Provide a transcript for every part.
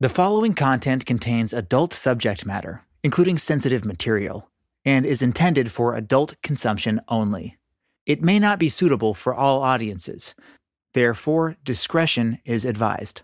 The following content contains adult subject matter, including sensitive material, and is intended for adult consumption only. It may not be suitable for all audiences. Therefore, discretion is advised.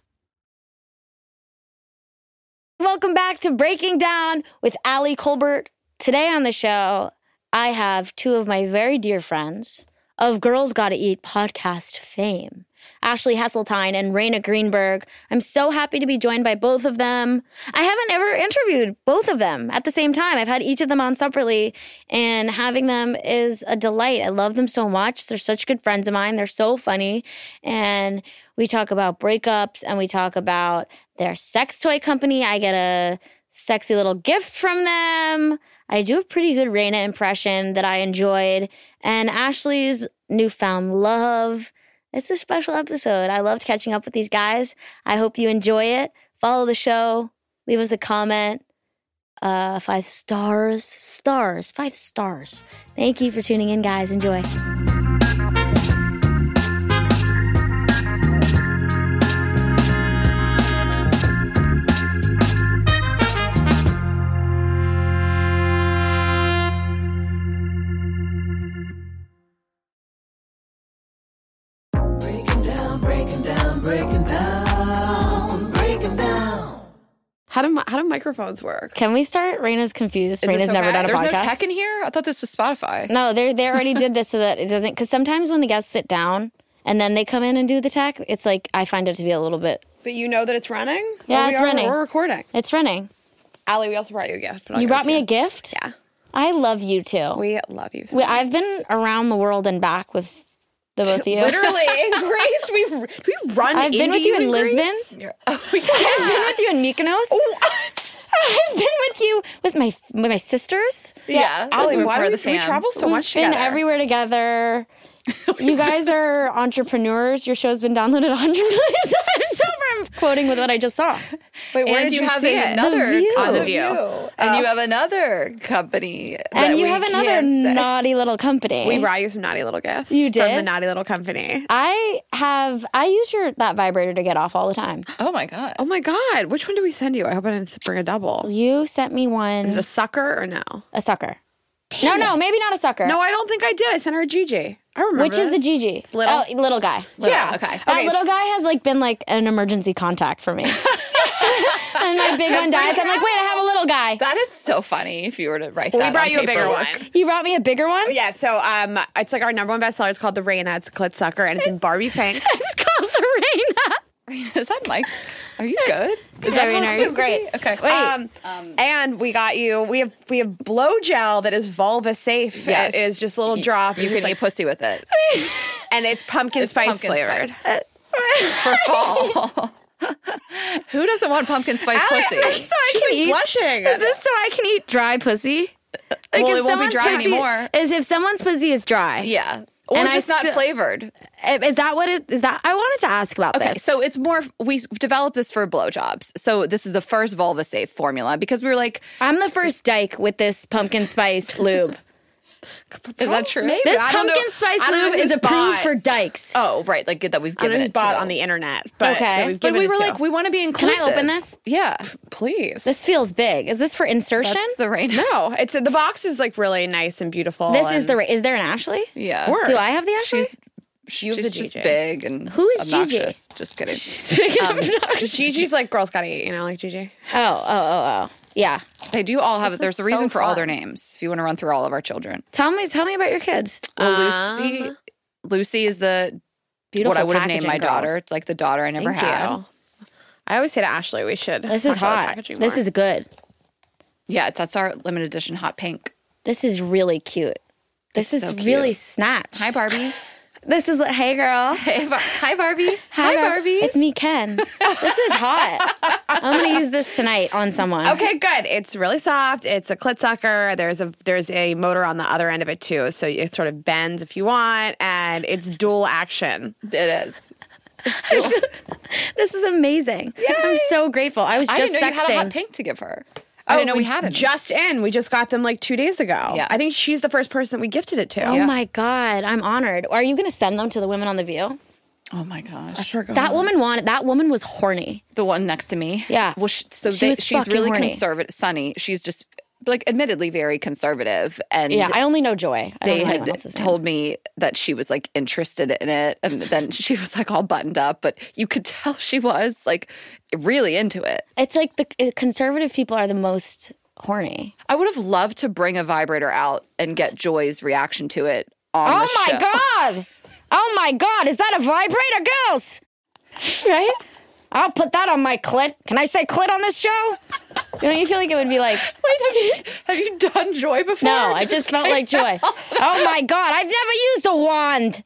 Welcome back to Breaking Down with Ali Colbert. Today on the show, I have two of my very dear friends of Girls Gotta Eat podcast fame, Ashley Hesseltine and Raina Greenberg. I'm so happy to be joined by both of them. I haven't ever interviewed both of them at the same time. I've had each of them on separately, and having them is a delight. I love them so much. They're such good friends of mine. They're so funny. And we talk about breakups and we talk about their sex toy company. I get a sexy little gift from them. I do a pretty good Raina impression that I enjoyed. And Ashley's newfound love. It's a special episode. I loved catching up with these guys. I hope you enjoy it. Follow the show. Leave us a comment. Uh, five stars, stars, five stars. Thank you for tuning in, guys. Enjoy. How do mi- how do microphones work? Can we start? Raina's confused. Is this Raina's so never bad? done a There's podcast. Mm. no tech in here. I thought this was Spotify. No, they they already did this so that it doesn't. Because sometimes when the guests sit down and then they come in and do the tech, it's like I find it to be a little bit. But you know that it's running. Yeah, Well, we it's are- running. We're recording. It's running. Allie, we also brought you a gift. but I'll You give brought it me to a gift. Yeah, I love you too. We, we love you. so much. I've been around the world and back with the both of you. literally in Greece. We do we run. I've been into with you in Greece? Lisbon. You're- Oh, yeah. I've been with you in Mykonos. Oh. What? I've been with you with my with my sisters. Yeah, Allie, we why were do the we- we fam. travel so much We've been together. everywhere together. you guys are entrepreneurs. Your show's been downloaded 100 million times. So I'm quoting with what I just saw. Wait, where and did you, you have see it? another View. on the The view, View. and you have another company, that And you we have another can't say. naughty little company. We brought you some naughty little gifts. You from the did? naughty little company. I have I use your that vibrator to get off all the time. Oh my god! Oh my god, which one did we send you? I hope I didn't bring a double. You sent me one Is it a sucker or no? a sucker. no, no, maybe not a sucker. No, I don't think I did. I sent her a Gigi. I remember. which is the this. Gigi? Little? oh, little guy. Yeah. Okay. That little guy has like been like an emergency contact for me. and my big one dies. I'm like, wait, I have a little guy. That is so funny. If you were to write, We that brought on you a bigger one. paperwork. You brought me a bigger one. Yeah, so um, it's like our number one bestseller. It's called the Reina. It's a clit sucker, and it's in Barbie pink. It's called the Reina. is that Mike? Are you good? Is Yeah, that Raina, how are you it's supposed to be? Okay. Um, and we got you. We have we have blow gel that is vulva safe. Yes. It is just a little drop. You can eat pussy with it and it's pumpkin It's spice pumpkin flavored. spice. for fall. Who doesn't want pumpkin spice Alex, pussy? So I can She's eat. blushing. Is this so I can eat dry pussy? Like Well, it won't be someone's dry pussy, anymore. Is if someone's pussy is dry. Yeah, or And I just still- not flavored. Is that what it is that I wanted to ask about Okay, this. so it's more we developed this for blowjobs. So this is the first vulva safe formula because we were like, I'm the first dyke with this pumpkin spice lube. is that true? Maybe. This I don't know- pumpkin spice I don't know lube who's is approved bought- for dykes. Oh, right, like that we've I don't given know it who's bought to. on the internet, but Okay. that we've But given we it were to. like, we want to be inclusive. open this? Yeah. please. This feels big. Is this for insertion? That's the right. no, it's the box is like really nice and beautiful. this is and- the ra- is there an Ashley? Yeah. Worse. Do I have the Ashley? She's she's have the just Gigi. big and Who is Gigi? obnoxious. Just kidding. Speaking of- Gigi's like girls gotta eat, you know, like Gigi. oh, oh, oh, oh. Yeah. They do all have. is There's a so reason for all their fun. names. If you want to run through all of our children, Tell me tell me about your kids. well, Lucy. Lucy is the Beautiful what I would have named packaging, my girls. daughter. It's like the daughter I never Thank had. you. I always say to Ashley, we should. This is talk about hot. packaging This more. is good. Yeah, it's, that's our limited edition hot pink. This is really cute. This It's is so cute. really snatched. Hi Barbie. This is hey girl. hey, Bar- hi Barbie. Bar- Barbie. It's me, Ken. this is hot. I'm gonna use this tonight on someone. Okay, good. It's really soft. It's a clit sucker. There's a there's a motor on the other end of it too, so it sort of bends if you want, and it's dual action. It is. This is amazing. I'm so grateful. I was I just didn't know sexting. you had a hot pink to give her. I didn't know we had it. Oh, Just in. We just got them like two days ago. Yeah. I think she's the first person that we gifted it to. Oh my god, I'm honored. Are you gonna send them to the women on the view? Oh my gosh. I forgot. That woman wanted. That woman was horny. The one next to me. Yeah. Well, she, so She they, was she's fucking really horny. conservative. Sunny. She's just like admittedly very conservative, and Yeah, I only know Joy. I they don't know had anyone else's name. told me that she was like interested in it, and then she was like all buttoned up, but you could tell she was like really into it. It's like the uh, conservative people are the most horny. I would have loved to bring a vibrator out and get Joy's reaction to it on the oh my show. god! Oh my god! Is that a vibrator, girls? Right? I'll put that on my clit. Can I say clit on this show? Don't you feel like it would be like? Wait, have you, have you done Joy before? No, I just felt like joy. Oh my god! I've never used a wand.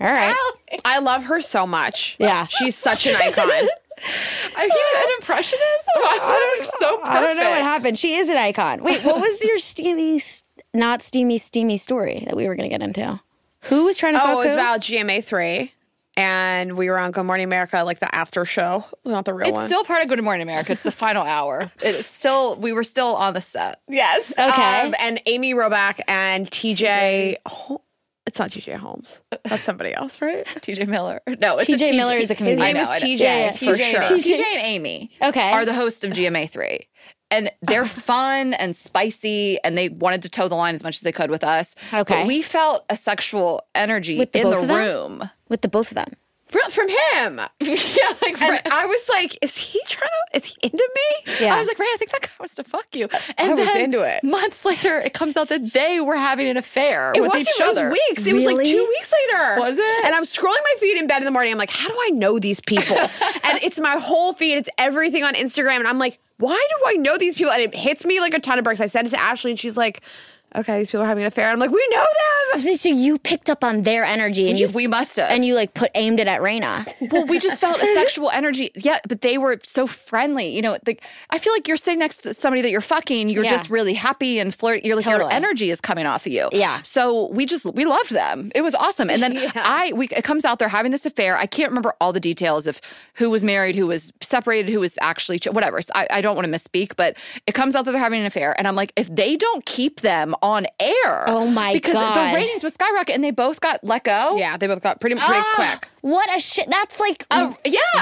All right. I love her so much. Yeah. She's such an icon. Are you an impressionist? Wow, that looks so perfect. I don't know what happened. She is an icon. Wait, what was your steamy, s- not steamy, steamy story that we were gonna get into? Who was trying to? Oh, fuck it was who? about GMA three, and we were on Good Morning America, like the after show, not the real It's one. still part of Good Morning America. It's the final hour. It's still we were still on the set. yes, Okay. Um, and Amy Roback and TJ. Hol- it's not TJ Holmes. That's somebody else, right? TJ Miller. No, it's a TJ Miller is a comedian. I know, His name is I know. TJ, For for sure. sure. TJ and Amy Okay. are the hosts of GMA3. And they're fun and spicy, and they wanted to toe the line as much as they could with us. Okay. But we felt a sexual energy With the in both the of them? room. with the both of them. Fr- From him. yeah, like And Ren- I was like, is he trying to, is he into me? Yeah. I was like, Ray, I think that guy wants to fuck you. And I was then into it. Months later, it comes out that they were having an affair It with wasn't each it was other. weeks. It was like Really? two weeks later. Was it? And I'm scrolling my feed in bed in the morning. I'm like, how do I know these people? and it's my whole feed. It's everything on Instagram. And I'm like, why do I know these people? And it hits me like a ton of bricks. I sent it to Ashley and she's like, okay, these people are having an affair. I'm like, we know them. So you picked up on their energy and you, we must have. and you like put aimed it at Raina. well, we just felt a sexual energy. Yeah, but they were so friendly. You know, like I feel like you're sitting next to somebody that you're fucking. You're Yeah. just really happy and flirty. You're like your Totally. energy is coming off of you. Yeah. So we just we loved them. It was awesome. And then I we it comes out they're having this affair. I can't remember all the details of who was married, who was separated, who was actually ch- whatever. So I, I don't want to misspeak, but it comes out that they're having an affair, and I'm like, if they don't keep them on air, Oh my because God. the ratings would skyrocket, and they both got let go. Yeah, they both got pretty, pretty quick. What a shit! That's like Yeah.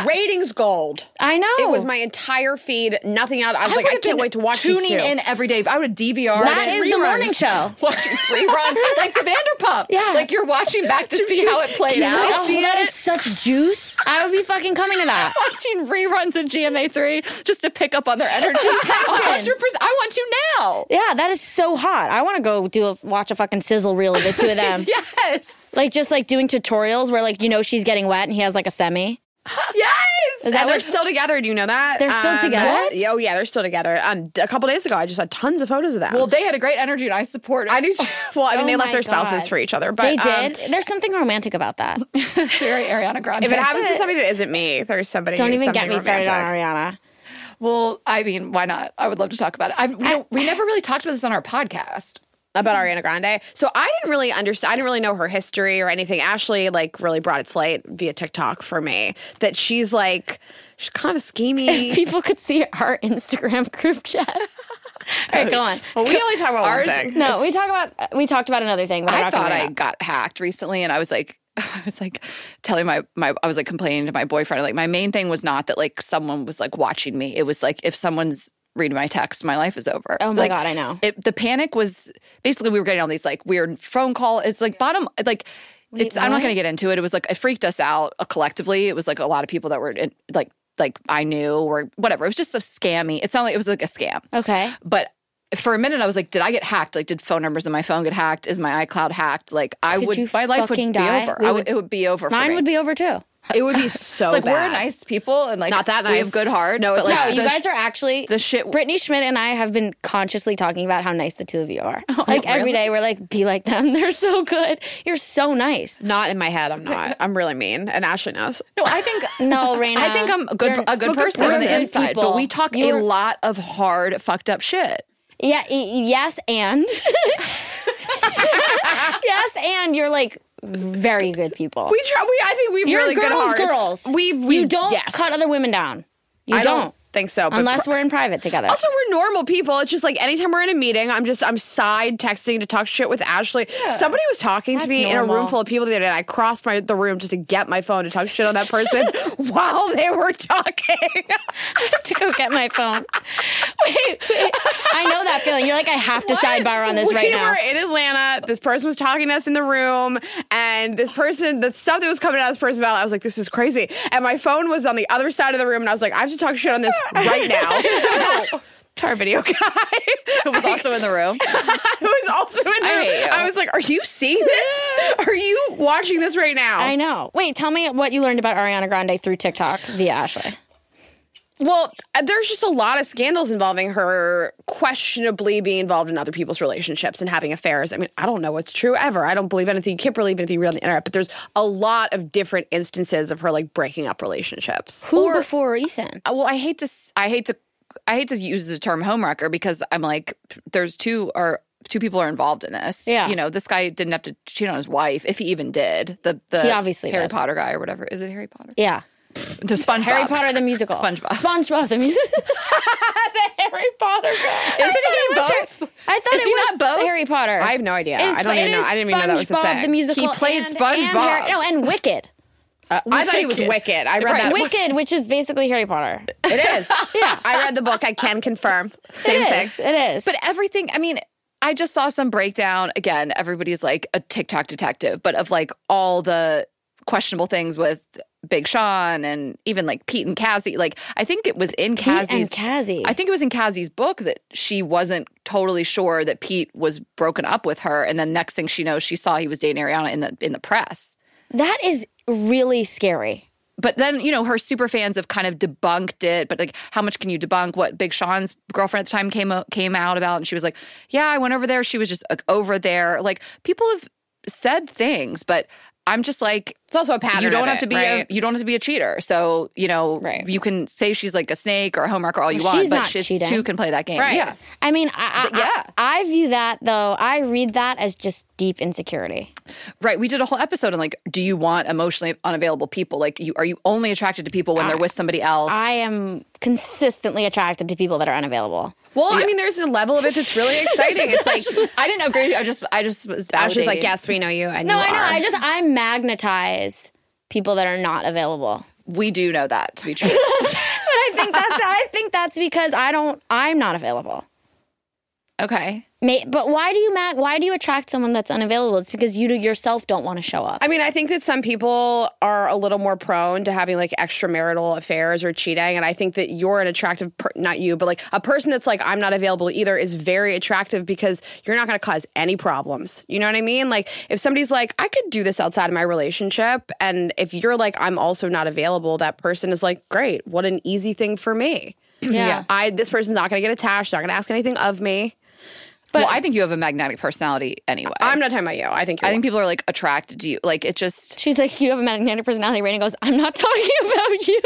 Ratings gold. I know. It was my entire feed, nothing out. Oh. I was like, would I have been can't wait to watch these tuning two. in every day. I would DVR. That it. is the morning show. Watching reruns like the Vanderpump. Yeah. like you're watching back to see how it played That out. is- that is such juice. I would be fucking coming to that. Watching reruns of GMA three just to pick up on their energy. Hundred percent. I want you now. Yeah, that is so hot. I want to go do a watch a fucking sizzle reel of the two of them. Yes. Like just like doing tutorials where like you know she's getting wet and he has like a semi. Yes, that and they're what- still together. Do you know that They're still together? What? Yeah, Oh yeah, they're still together. Um, a couple days ago, I just saw tons of photos of them. Well, they had a great energy, and I support. I do. Too. Well, I mean, Oh they left my their spouses God. for each other, but They um, did. There's something romantic about that. very Ariana Grande. if it happens to somebody that isn't me, there's somebody. Don't even get something me started on romantic. Ariana. well, I mean, why not? I would love to talk about it. I, we, don't, we never really talked about this on our podcast. about Ariana Grande. So I didn't really understand. I didn't really know her history or anything. Ashley like really brought it to light via TikTok for me that she's like she's kind of a schemy. People could see our Instagram group chat. All right, go on. well, we only talk about Ours- one thing. No, we talk about we talked about another thing. But I'm I not gonna thought bring it I up. got hacked recently, and I was like, I was like telling my my I was like complaining to my boyfriend. Like my main thing was not that like someone was like watching me. It was like if someone's reading my text, my life is over. Oh my Like, God, I know. It, the panic was basically we were getting all these like weird phone call. It's like bottom like. It's. I'm not what? going to get into it. It was like it freaked us out uh, collectively. It was like a lot of people that were in, like like I knew or whatever. It was just a scammy. It sounded like it was like a scam. Okay. But for a minute, I was like, "Did I get hacked? Like, did phone numbers in my phone get hacked? Is my iCloud hacked? Like, I Could would, you my life would fucking be die? over. We I would- would, it would be over. for Mine me. would be over too. It would be so like we're bad. nice people and like Not that We nice. have good hearts. No, but it's like, not. No, you the- guys are actually the shit- Brittany Schmidt and I have been consciously talking about how nice the two of you are. like every Oh, really? day, we're like, be like them. They're so good. You're so nice. Not in my head. I'm not. I'm really mean, and Ashley knows. No, I think No, Raina. I think I'm a good You're- a good we're person on the good inside, people. but we talk You're- a lot of hard, fucked up shit. Yeah. y- Yes, and yes, and you're like very good people. We try. We I think we have you're really girls, good hearts. girls. We we you don't yes. cut other women down. You I don't. think so. But unless pro- we're in private together. also we're normal people. It's just like anytime we're in a meeting, I'm just I'm side texting to talk shit with Ashley. Somebody was talking to That's me in a room normal. full of people the other day, and I crossed my the room just to get my phone to talk shit on that person while they were talking. I have to go get my phone. Wait, wait. I know that feeling. You're like, I have to sidebar on this we right now. were in Atlanta. This person was talking to us in the room, and this person, the stuff that was coming out of this person's mouth, I was like, "This is crazy." And my phone was on the other side of the room, and I was like, "I have to talk shit on this right now." To our video guy, Who was also in the room. I was also in the I hate you. I was like, "Are you seeing this? Are you watching this right now?" I know. Wait, tell me what you learned about Ariana Grande through TikTok via Ashley. Well, there's just a lot of scandals involving her questionably being involved in other people's relationships and having affairs. I mean, I don't know what's true ever. I don't believe anything. You can't believe anything real on the internet, but there's a lot of different instances of her like breaking up relationships. Who before Ethan? Uh, well, I hate to s- I hate to I hate to use the term homewrecker because I'm like there's two or two people are involved in this. Yeah. you know this guy didn't have to cheat on his wife if he even did. The the He obviously Harry did. Potter guy or whatever is it Harry Potter? Yeah. The SpongeBob. Harry Potter the musical. SpongeBob. SpongeBob the musical. Harry Potter. Isn't he both? I thought Is it he was not both? Harry Potter. I have no idea. It is- I don't it even know. is I didn't even know that was a SpongeBob thing. the musical. He played and- And SpongeBob. Harry, no, and Wicked. Uh, I thought he was wicked. I read that. Wicked, which is basically Harry Potter. It is. yeah. I read the book. I can confirm. Same It thing. is. It is. But everything, I mean, I just saw some breakdown. Again, everybody's like a TikTok detective, but of like all the questionable things with Big Sean and even like Pete and Cassie. Like, I think it was in Pete and Cassie's. Cassie. I think it was in Cassie's book that she wasn't totally sure that Pete was broken up with her, and then next thing she knows, she saw he was dating Ariana in the in the press. that is really scary. But then you know her super fans have kind of debunked it. But like, how much can you debunk what Big Sean's girlfriend at the time came o- came out about? And she was like, "Yeah, I went over there. She was just like, over there." Like people have said things, but I'm just like, It's also a pattern. you don't of have it, to be right? a you don't have to be a cheater. So you know, Right. you can say she's like a snake or a homewrecker all you Well, want, she's but not she's cheating. two can play that game. Right. Yeah. I mean, I, I, Th- yeah. I, I view that though. I read that as just deep insecurity. Right. We did a whole episode on like, do you want emotionally unavailable people? Like, you are you only attracted to people when they're with somebody else? I am consistently attracted to people that are unavailable. Well, I mean, there's a level of it that's really exciting. It's like I didn't agree. With you. I just I just was validating. Ash is like, yes, we know you. And No, you I know. are. I just I magnetize people that are not available. We do know that to be true. But I think that's I think that's because I don't I'm not available. okay. May, but why do you mag, why do you attract someone that's unavailable? It's because you do yourself don't want to show up. I mean, I think that some people are a little more prone to having like extramarital affairs or cheating. And I think that you're an attractive, per- not you, but like a person that's like, I'm not available either is very attractive because you're not going to cause any problems. You know what I mean? Like, if somebody's like, I could do this outside of my relationship. And if you're like, I'm also not available, that person is like, great, what an easy thing for me. Yeah. I, this person's not going to get attached, not going to ask anything of me. well, I think you have a magnetic personality anyway. I'm not talking about you. I think you're I think people are like attracted to you. Like it just She's like, you have a magnetic personality. Raina goes, I'm not talking about you.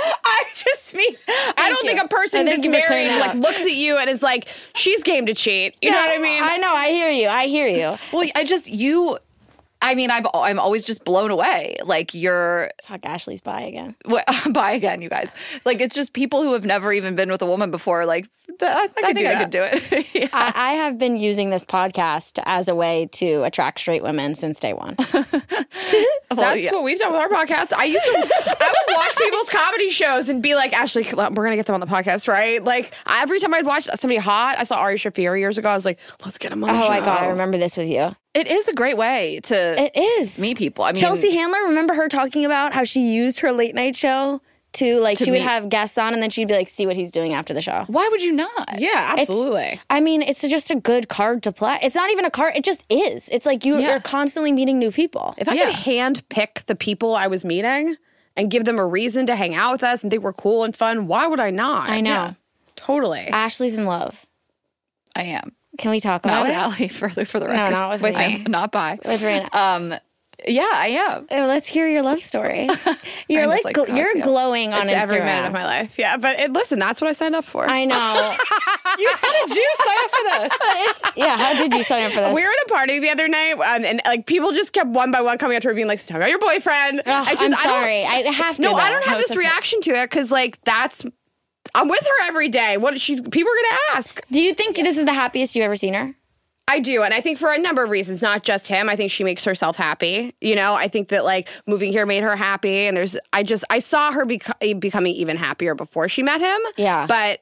I just mean I don't you. think a person And that's thank you for married clearing that like up. looks at you and is like, she's game to cheat. You know what I mean? I know. I hear you. I hear you. well, I just you. I mean, I've I'm always just blown away. Like you're Fuck, Ashley's by again. what, buy again, you guys. Like it's just people who have never even been with a woman before. Like th- I, I think do I that. could do it. Yeah. I, I have been using this podcast as a way to attract straight women since day one. Well, That's yeah. what we've done with our podcast. I used to I would watch people's comedy shows and be like, Ashley, we're gonna get them on the podcast, right? Like every time I'd watch somebody hot, I saw Ari Shafir years ago. I was like, let's get him on the show. Oh my god, I remember this with you. It is a great way to It is. meet people. I mean, Chelsea Handler, remember her talking about how she used her late night show to like she would meet- have guests on and then she'd be like, see what he's doing after the show. why would you not? Yeah, absolutely. I mean, it's just a good card to play. It's not even a card, it just is. It's like you, Yeah. you're constantly meeting new people. If I could hand pick the people I was meeting and give them a reason to hang out with us and think we're cool and fun, why would I not? I know. Totally. Ashley's in love. I am Can we talk not about with it? Allie for the for the record. not with me. I'm not by With Raina. Um, Yeah, I am. Oh, let's hear your love story. You're I like, just like gl- you're cocktail. glowing on It's Instagram. every minute of my life. Yeah, but it, listen, that's what I signed up for. I know. You, how did you sign up for this? yeah, how did you sign up for this? we were at a party the other night, um, and like people just kept one by one coming up to her being like, "Talk about your boyfriend." Ugh, I just, I'm I don't- sorry. I have to. no, I though. don't have No, it's this okay. reaction to it because like that's I'm with her every day. What she's people are gonna ask. Do you think this is the happiest you've ever seen her? I do, and I think for a number of reasons, not just him. I think she makes herself happy. You know, I think that like moving here made her happy, and there's I just I saw her beco- becoming even happier before she met him. Yeah. but.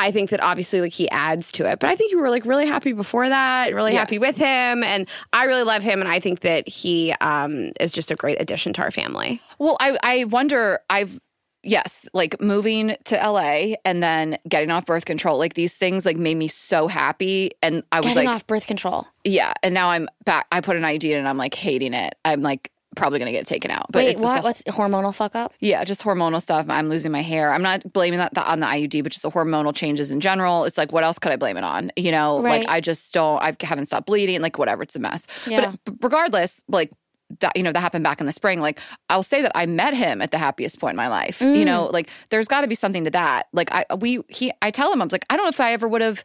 I think that obviously like he adds to it, but I think you were like really happy before that, really happy with him, and I really love him, and I think that he um, is just a great addition to our family. Well, I I wonder. I've yes, like moving to LA and then getting off birth control. Like these things like made me so happy, and I was Getting like, off birth control. yeah. And now I'm back. I put an ID in, and I'm like hating it. I'm like probably gonna get taken out. But Wait, it's, it's a what? What's hormonal fuck up? Yeah, just hormonal stuff. I'm losing my hair. I'm not blaming that on the IUD, but just the hormonal changes in general. It's like, what else could I blame it on? You know, Right. like I just don't, I haven't stopped bleeding, like whatever, it's a mess. Yeah. But regardless, like, that, you know, that happened back in the spring. Like, I'll say that I met him at the happiest point in my life. You know, Mm. like there's got to be something to that. Like, I, we, he, I tell him, I was like, I don't know if I ever would have,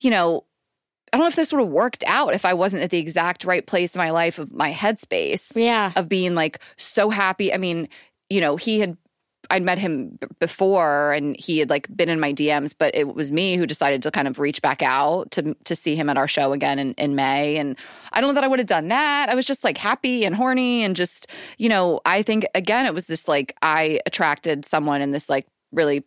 you know, I don't know if this would have worked out if I wasn't at the exact right place in my life of my headspace Yeah. of being like so happy. I mean, you know, he had I'd met him b- before and he had like been in my DMs, but it was me who decided to kind of reach back out to to see him at our show again in, in May. And I don't know that I would have done that. I was just like happy and horny and just, you know, I think again it was this like I attracted someone in this like really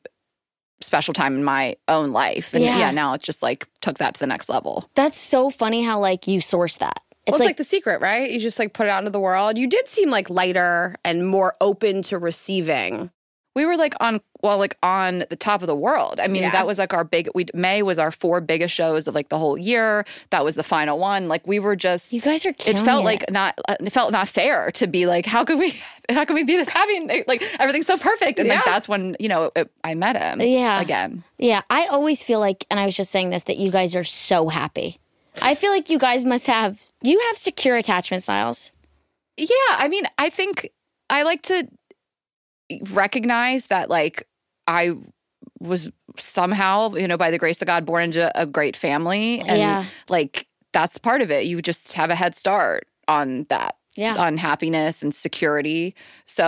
special time in my own life. And Yeah. yeah, now it's just like took that to the next level. That's so funny how like you source that. It's Well, it's like, like, the secret, right? You just like put it out into the world. You did seem like lighter and more open to receiving. we were like on well like on the top of the world i mean Yeah. that was like our big we may was our four biggest shows of like the whole year that was the final one like we were just you guys are it killing felt like not uh, it felt not fair to be like how could we how can we be this happy and like everything's so perfect and Yeah. like that's when you know it, i met him Yeah. again Yeah, I always feel like, and I was just saying this, that you guys are so happy. I feel like you guys must have, you have secure attachment styles. yeah i mean i think i like to recognize that like i was somehow you know by the grace of god born into a great family and Yeah. like that's part of it you just have a head start on that Yeah. on happiness and security so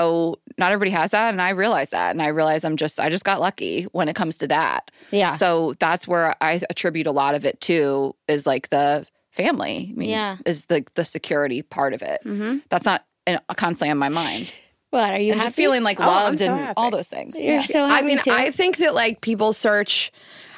not everybody has that and i realize that and i realize i'm just i just got lucky when it comes to that Yeah. so that's where i attribute a lot of it to is like the family I mean, Yeah. is the the security part of it that's not in, constantly on my mind what, are you and happy? just feeling like Oh, I'm loved so and happy. all those things You're Yeah. so I happy mean, too. I think that like people search.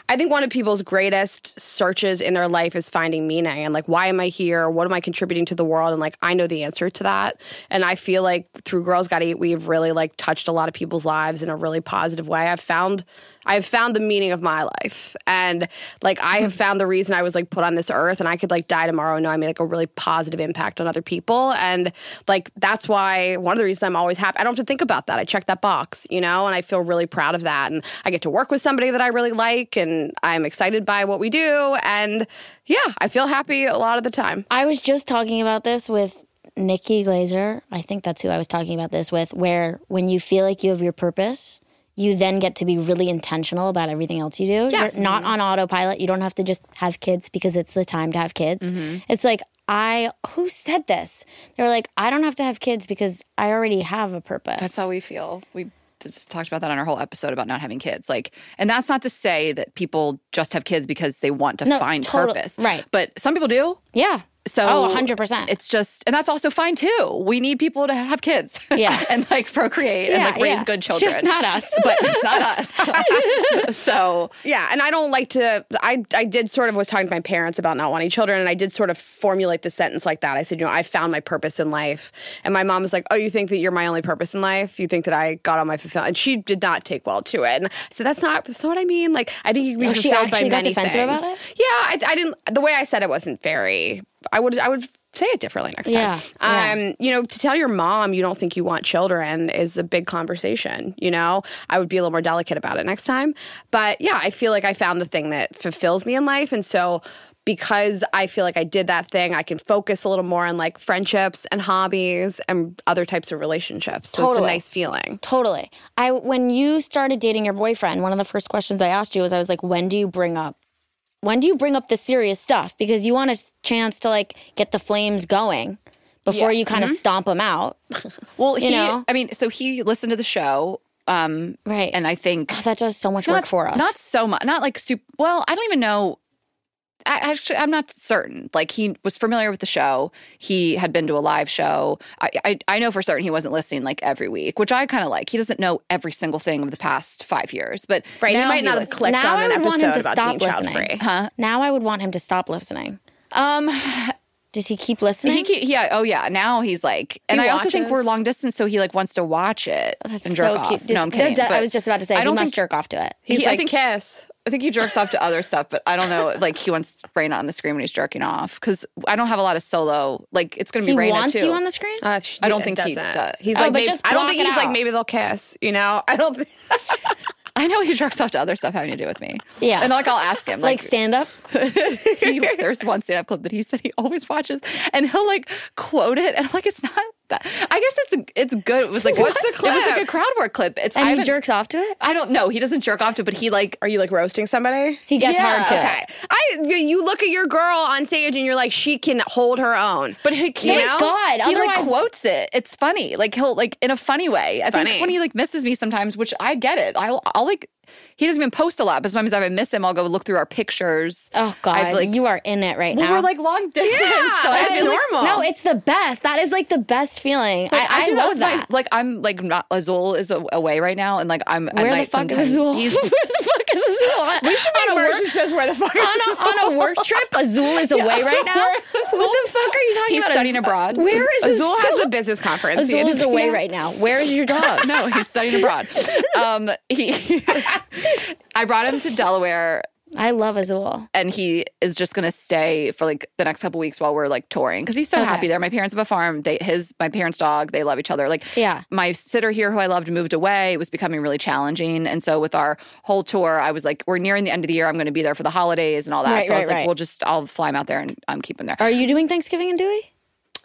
I think one of people's greatest searches in their life is finding meaning and like, why am I here? What am I contributing to the world? And like, I know the answer to that. And I feel like through Girls Gotta Eat, we've really like touched a lot of people's lives in a really positive way. I've found, I've found the meaning of my life. And like, I Mm-hmm. have found the reason I was like put on this earth and I could like die tomorrow and know I made like a really positive impact on other people. And like, that's why one of the reasons I'm always happy. I don't have to think about that. I check that box, you know, and I feel really proud of that. And I get to work with somebody that I really like and I'm excited by what we do. And yeah, I feel happy a lot of the time. I was just talking about this with Nikki Glazer. I think that's who I was talking about this with, where when you feel like you have your purpose, you then get to be really intentional about everything else you do. Yes. You're not Mm-hmm. on autopilot. You don't have to just have kids because it's the time to have kids. Mm-hmm. It's like, I, who said this? They were like, I don't have to have kids because I already have a purpose. That's how we feel. We just talked about that on our whole episode about not having kids. Like, and that's not to say that people just have kids because they want to No, find total- purpose. right. But some people do. Yeah. So oh, 100%. It's just, and that's also fine too. We need people to have kids. Yeah. and like procreate and Yeah, like raise yeah. good children. Just not us. but it's not us. so Yeah, and I don't like to. I I did sort of was talking to my parents about not wanting children, and I did sort of formulate the sentence like that. I said, you know, I found my purpose in life, and my mom was like, "Oh, you think that you're my only purpose in life? You think that I got all my fulfillment?" And she did not take well to it. And so that's not that's not what I mean. Like I think you can be Oh, she fulfilled by actually got many defensive things. about it? Yeah, I, I didn't. The way I said it wasn't very. I would I would say it differently next Yeah, time. yeah. Um, you know, to tell your mom you don't think you want children is a big conversation. You know, I would be a little more delicate about it next time. But yeah, I feel like I found the thing that fulfills me in life, and so because I feel like I did that thing, I can focus a little more on like friendships and hobbies and other types of relationships. So it's Totally. a nice feeling. Totally. I when you started dating your boyfriend, one of the first questions I asked you was I was like, "When do you bring up when do you bring up the serious stuff because you want a chance to like get the flames going before Yeah. Mm-hmm. you kind of stomp them out." Well, he, know? I mean, so he listened to the show, um, Right. and I think that does so much work not for us. Not so much. Not like super. Well, I don't even know. I, actually, I'm not certain. Like he was familiar with the show. He had been to a live show. I, I, I know for certain he wasn't listening like every week, which I kind of like. He doesn't know every single thing of the past five years, but Right. now you might not have listens. clicked Now on I an would want him to episode about stop being child listening. free. now I would want him to stop listening. Um, Does he keep listening? He ke- yeah, oh yeah. Now he's like, and I also think watches. we're long distance, so he like wants to watch it Oh, That's and jerk so off. cute. no, Just- I'm kidding. I but was just about to say I he don't must think- jerk off to it. He's He- I like, think- kiss. I think he jerks off to other stuff, but I don't know. Like he wants Raina on the screen when he's jerking off because I don't have a lot of solo. Like it's going to He be Raina wants too. you on the screen? Uh, sh- I don't yeah, think he does. He's Oh, like, but maybe, just I don't block think it he's like, out. maybe they'll kiss. You know, I don't. think I know he jerks off to other stuff having to do with me. Yeah. and like I'll ask him. like Like, stand up? he, there's one stand-up clip that he said he always watches, and he'll like quote it, and I'm like, it's not. that. I guess it's it's good. It was like What's the It was clip? like a crowd work clip. It's I And he haven't- jerks off to it? I don't know. He doesn't jerk off to, but he like Are you like roasting somebody? He gets Yeah, hard to it. Okay. I you look at your girl on stage and you're like, she can hold her own. But he, you Thank know, Oh God, he like otherwise- quotes it. It's funny. Like he'll like in a funny way. I Funny. think when he like misses me sometimes, which I get it. I'll I'll like he doesn't even post a lot, but sometimes if I miss him, I'll go look through our pictures. Oh God, I've, like you are in it right well, now. we're like "Ah, long distance, Yeah, so I that's feel like- normal. No, it's the best. That is like the best feeling. Like, I, I, do love with my- that. like I'm like not Azul is a- away right now, and like I'm at Where the night fuck sometimes. is Azul? Where He's- the fuck is Azul? On, we should on a work, says where the fuck on a, on a work trip. Azul is away right now. Oh What the fuck are you talking He's about? studying abroad. Where is Azul Azul? has a business conference. Azul dude. is away right now. Where is your dog? no, he's studying abroad. Um, he, I brought him to Delaware I love Azul. and he is just going to stay for like the next couple weeks while we're like touring because he's so Okay. happy there. My parents have a farm. They his my parents' dog. They love each other. Like Yeah. my sitter here who I loved moved away. It was becoming really challenging, and so with our whole tour, I was like, we're nearing the end of the year. I'm going to be there for the holidays and all that. Right, so I was right, like, right. we'll just I'll fly him out there and um, keep him there. Are you doing Thanksgiving and Dewey?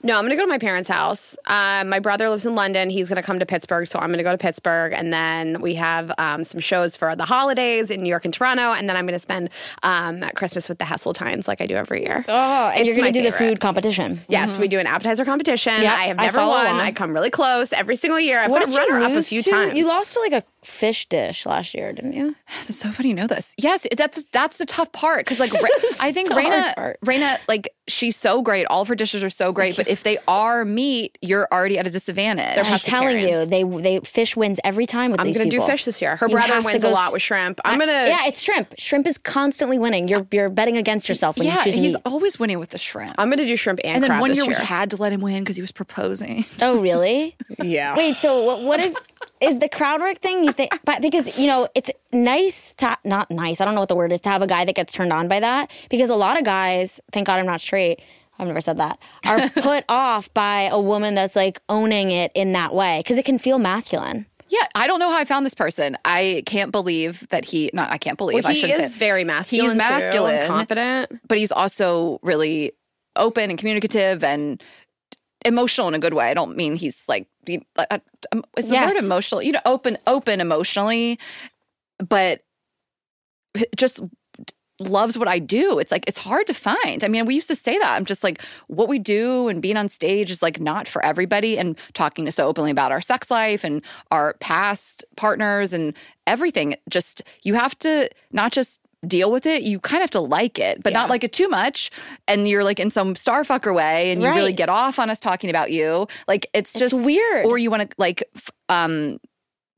No, I'm gonna go to my parents' house. Uh, my brother lives in London. He's gonna come to Pittsburgh, so I'm gonna go to Pittsburgh, and then we have um, some shows for the holidays in New York and Toronto, and then I'm gonna spend um, Christmas with the Hasseltines like I do every year. Oh, and It's you're gonna my do the favorite. food competition. Yes, we do an appetizer competition. Mm-hmm. Yep, I have I never follow won. along. I come really close every single year. I've been a runner up a few to? times. You lost to like a fish dish last year, didn't you? That's so funny you know this. Yes, that's that's the tough part because like Ra- I think the hard Raina, part. Raina, like she's so great. All of her dishes are so great, but if they are meat, you're already at a disadvantage. I'm telling you, they they fish wins every time with I'm these gonna people. do fish this year. Her You brother have to wins go a s- lot with shrimp. I'm gonna. Yeah, it's shrimp. Shrimp is constantly winning. You're you're betting against yourself when you Yeah, choose he's meat. always winning with the shrimp. I'm gonna do shrimp and, and then crab one this year, we had to let him win because he was proposing. Oh, really? yeah. Wait, so what, what is is the crowd work thing? You think, but because you know, it's nice to not nice. I don't know what the word is to have a guy that gets turned on by that because a lot of guys, thank God I'm not straight. I've never said that. Are put off by a woman that's like owning it in that way because it can feel masculine. Yeah, I don't know how I found this person. I can't believe that he. Not I can't believe. Well, I he shouldn't is say it. very masculine. He's too, and masculine, confident. but he's also really open and communicative and emotional in a good way. I don't mean he's like the- uh, um, is the Yes. word emotional? You know, open, open emotionally, but just loves what I do. It's like it's hard to find. I mean, we used to say that. I'm just like what we do and being on stage is like not for everybody and talking to so openly about our sex life and our past partners and everything just you have to not just deal with it, you kind of have to like it, but not like it too much and you're like in some starfucker way and you really Right. get off on us talking about you. Like it's It's just weird. or you want to like f- um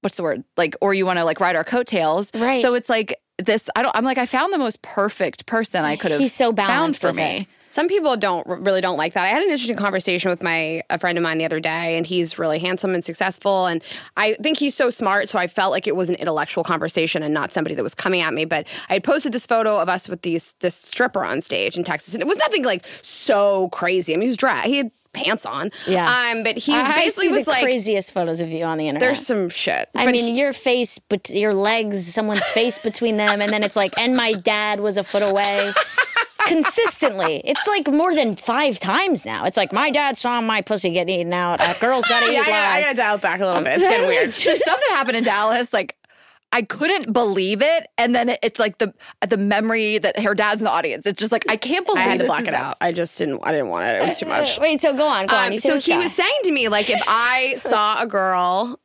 what's the word like or you want to like ride our coattails Right. so it's like this i don't i'm like i found the most perfect person i could have He's so found balanced for with me it. Some people don't really don't like that. I had an interesting conversation with my a friend of mine the other day, and he's really handsome and successful, and I think he's so smart. So I felt like it was an intellectual conversation and not somebody that was coming at me. But I had posted this photo of us with these this stripper on stage in Texas, and it was nothing like so crazy. I mean, he was dry. He had pants on. Yeah. Um, but he I basically see was the like, craziest photos of you on the internet. "There's some shit." I But mean, he- your face, but your legs, someone's face between them, and then it's like, and my dad was a foot away. consistently. It's like more than five times now. It's like my dad saw my pussy get eaten out. Uh, girls gotta eat Yeah, I gotta, I live. gotta dial it back a little bit. It's getting weird. the stuff that happened in Dallas, like I couldn't believe it, and then it, it's like the the memory that her dad's in the audience. It's just like I can't believe I had to this block is it out. I just didn't. I didn't want it. It was too much. Wait, so go on, go on. Um, You so so he was saying to me, like, if I saw a girl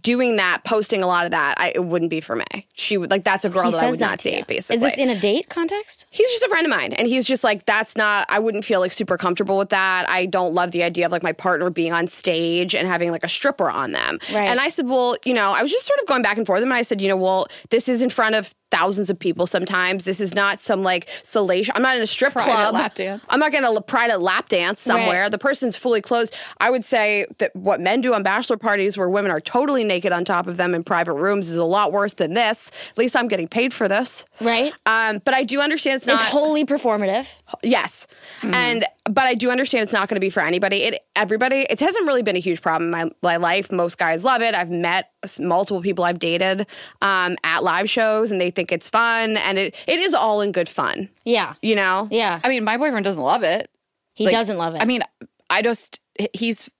doing that, posting a lot of that, I, it wouldn't be for me. She would like that's a girl he that I says would that not to you. date. Basically, Is this in a date context? he's just a friend of mine, and he's just like, that's not. I wouldn't feel like super comfortable with that. I don't love the idea of like my partner being on stage and having like a stripper on them. Right. And I said, well, you know, I was just sort of going back and forth with him, and I said, you know, well, this is in front of thousands of people. Sometimes this is not some like salacious. I'm not in a strip Private club lap dance. I'm not going to pride a lap dance somewhere. Right. The person's fully clothed. I would say that what men do on bachelor parties, where women are totally naked on top of them in private rooms, is a lot worse than this. At least I'm getting paid for this. Right. Um, but I do understand it's not. it's wholly performative. yes, Hmm. and but I do understand it's not going to be for anybody. It everybody. It hasn't really been a huge problem in my, my life. Most guys love it. I've met s- multiple people I've dated um, at live shows, and they think it's fun, and it it is all in good fun. Yeah. You know. Yeah. I mean, my boyfriend doesn't love it. he like, doesn't love it. I mean, I just he's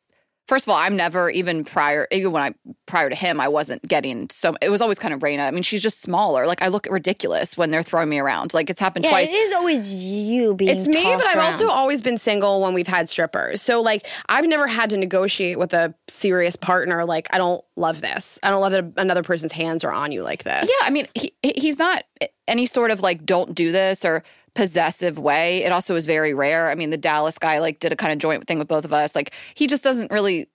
first of all, I'm never even prior even when I prior to him, I wasn't getting so it was always kind of Raina. I mean, she's just smaller. Like I look ridiculous when they're throwing me around. Like it's happened yeah, twice. it is always you being. It's me, but tossed I've also around. always been single when we've had strippers. So like I've never had to negotiate with a serious partner. Like I don't love this. I don't love that another person's hands are on you like this. Yeah, I mean, he he- he's not any sort of like don't do this or possessive way. It also is very rare. I mean, the Dallas guy like did a kind of joint thing with both of us. Like he just doesn't really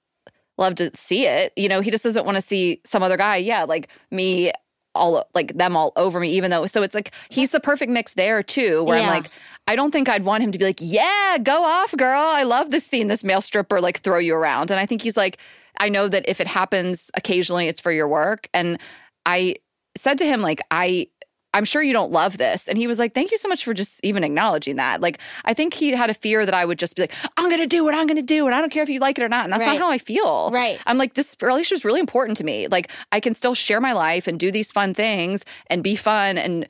love to see it. You know, he just doesn't want to see some other guy. Yeah, like me all like them all over me even though so it's like he's the perfect mix there too where Yeah. I'm like I don't think I'd want him to be like yeah go off girl I love this scene this male stripper like throw you around and I think he's like I know that if it happens occasionally it's for your work and I said to him like I I'm sure you don't love this. And he was like, Thank you so much for just even acknowledging that. Like, I think he had a fear that I would just be like, I'm going to do what I'm going to do. And I don't care if you like it or not. And that's Right. not how I feel. Right. I'm like, this relationship is really important to me. Like, I can still share my life and do these fun things and be fun and,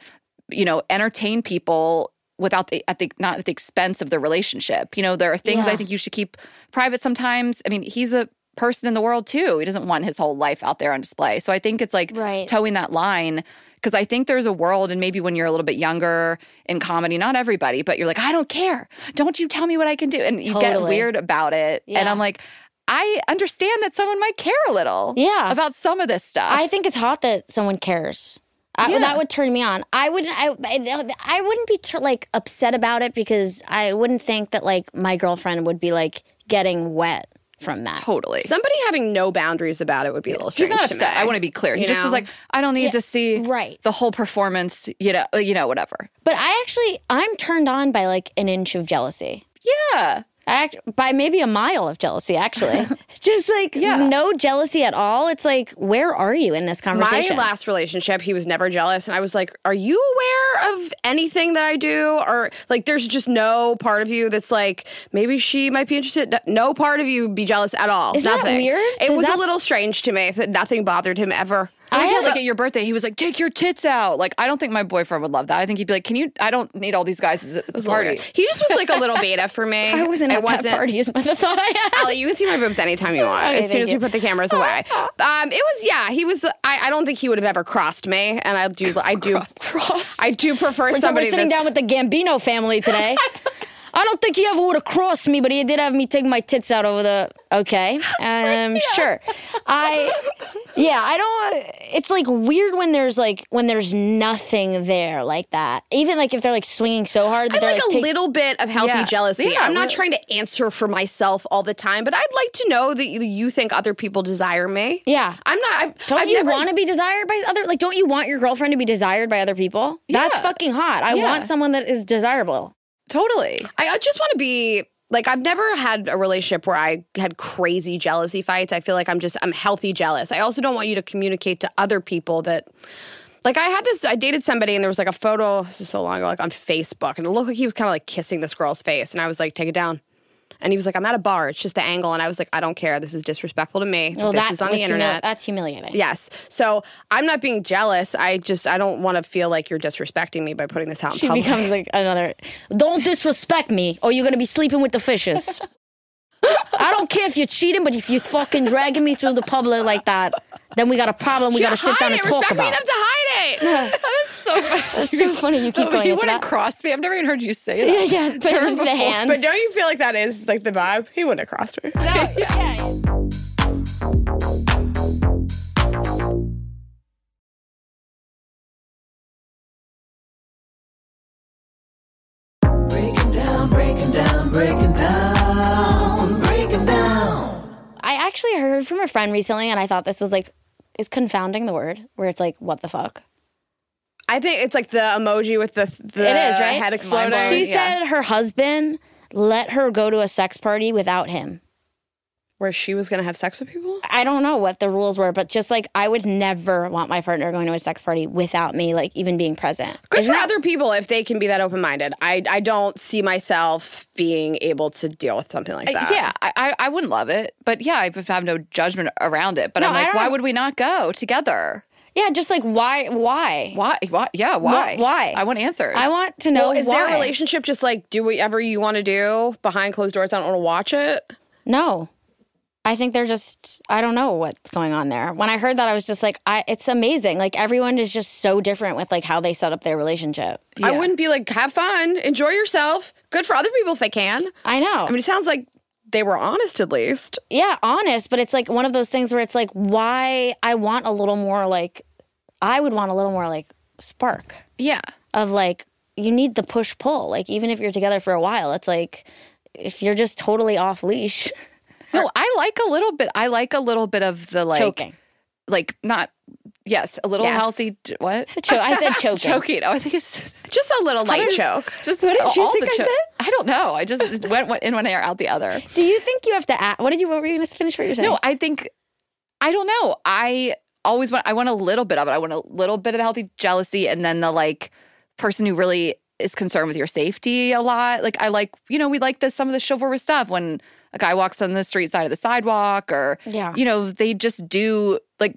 you know, entertain people without the, at the, not at the expense of the relationship. You know, there are things Yeah. I think you should keep private sometimes. I mean, he's a, person in the world too. He doesn't want his whole life out there on display. So I think it's like Right. towing that line because I think there's a world, and maybe when you're a little bit younger in comedy, not everybody, but you're like, I don't care. Don't you tell me what I can do, and you get Totally. weird about it. And Yeah. I'm like, I understand that someone might care a little, Yeah. about some of this stuff. I think it's hot that someone cares. I, Yeah. That would turn me on. I wouldn't. I I, I wouldn't be tr- like upset about it because I wouldn't think that like my girlfriend would be like getting wet from that. totally. Somebody having no boundaries about it would be a little strange. He's not to upset. me. I want to be clear. He You just was know? like, I don't need to see right. the whole performance. You know, uh, you know, whatever. But I actually I'm turned on by like an inch of jealousy. Yeah. I act, by maybe a mile of jealousy actually. Just like no jealousy at all. It's like where are you in this My conversation? last relationship, he was never jealous. And I was like, Are you aware of anything that I do? Or like, there's just no part of you that's like, Maybe she might be interested. No part of you would be jealous at all. Isn't that nothing. weird? It Does was that- a little strange to me that nothing bothered him ever. I I had have like at your birthday, he was like, "Take your tits out." Like, I don't think my boyfriend would love that. I think he'd be like, "Can you? I don't need all these guys at the- the party." He just was like a little beta for me. I wasn't It at that party is what the thought I had. Allie, you can see my boobs anytime you want. Okay, as soon thank as you. we put the cameras away. Um, it was yeah. He was. I, I don't think he would have ever crossed me, and I do. I do. Crossed. I do prefer We're, somebody. we're sitting down that's- with the Gambino family today. I don't think he ever would have crossed me, but he did have me take my tits out over the. Okay, um, sure. I, yeah, I don't. It's like weird when there's like when there's nothing there like that. Even like if they're like swinging so hard that I they're like a take- little bit of healthy Yeah. jealousy. Yeah, I'm not we're- trying to answer for myself all the time, but I'd like to know that you, you think other people desire me. Yeah. I'm not. I've, Don't I've you never, want to be desired by other? Like, don't you want your girlfriend to be desired by other people? That's Yeah. fucking hot. I Yeah. want someone that is desirable. Totally. I, I just want to be like I've never had a relationship where I had crazy jealousy fights. I feel like I'm just I'm healthy jealous. I also don't want you to communicate to other people that like I had this I dated somebody and there was like a photo this is so long ago like on Facebook and it looked like he was kind of like kissing this girl's face and I was like take it down. And he was like, I'm at a bar. It's just the angle. And I was like, I don't care. This is disrespectful to me. this that is on was the humili- internet. that's humiliating. Yes. So I'm not being jealous. I just I don't want to feel like you're disrespecting me by putting this out in She public. becomes like another. Don't disrespect me, or you're gonna be sleeping with the fishes. I don't care if you're cheating, but if you're fucking dragging me through the public like that, then we got a problem. We got to sit down hide and it. talk Respect me about. enough to hide it. That is so funny. That's so funny. You keep going you into wouldn't that. cross me. I've never even heard you say that. yeah, yeah. Put it Turn with the before- hands. but don't you feel like that is like the vibe? He wouldn't have crossed her. No, yeah. I actually heard from a friend recently, and I thought this was like, is confounding the word where it's like, what the fuck? I think it's like the emoji with the, the It is, right? head exploding. blowing. Uh, She She's- yeah. said her husband let her go to a sex party without him. Where she was gonna have sex with people? I don't know what the rules were, but just like I would never want my partner going to a sex party without me, like even being present. Good Isn't for that- other people if they can be that open minded. I I don't see myself being able to deal with something like Uh, that. Yeah, I, I I wouldn't love it, but yeah, I have no judgment around it. But No, I'm I like, don't why have- would we not go together? Yeah, just like why? Why? Why? Why? Yeah, why? why? I want answers. I want to know. Well, is why. their relationship just like do whatever you want to do behind closed doors? I don't want to watch it. No, I think they're just. I don't know what's going on there. When I heard that, I was just like, I, it's amazing. Like everyone is just so different with like how they set up their relationship. I Yeah. wouldn't be like, have fun, enjoy yourself. Good for other people if they can. I know. I mean, it sounds like they were honest at least. yeah, honest, but it's like one of those things where it's like, why? I want a little more like, I would want a little more like spark. Yeah. of like you need the push pull. Like even if you're together for a while, it's like if you're just totally off leash, No, I like a little bit. I like a little bit of the like, choking. like not. Yes, a little Yes. healthy. What? Cho- I said choking. Choking. Oh, I think it's Just a little light does- choke. just What did you all think the I said? I don't know. I just went one- in one ear, out the other. Do you think you have to? Ask, what did you? What were you going to finish? What you're saying? No, I think I don't know. I always want I want a little bit of it. I want a little bit of the healthy jealousy and then the like person who really is concerned with your safety a lot. Like I like, you know, we like the some of the chivalrous stuff when a guy walks on the street side of the sidewalk or Yeah. you know, they just do like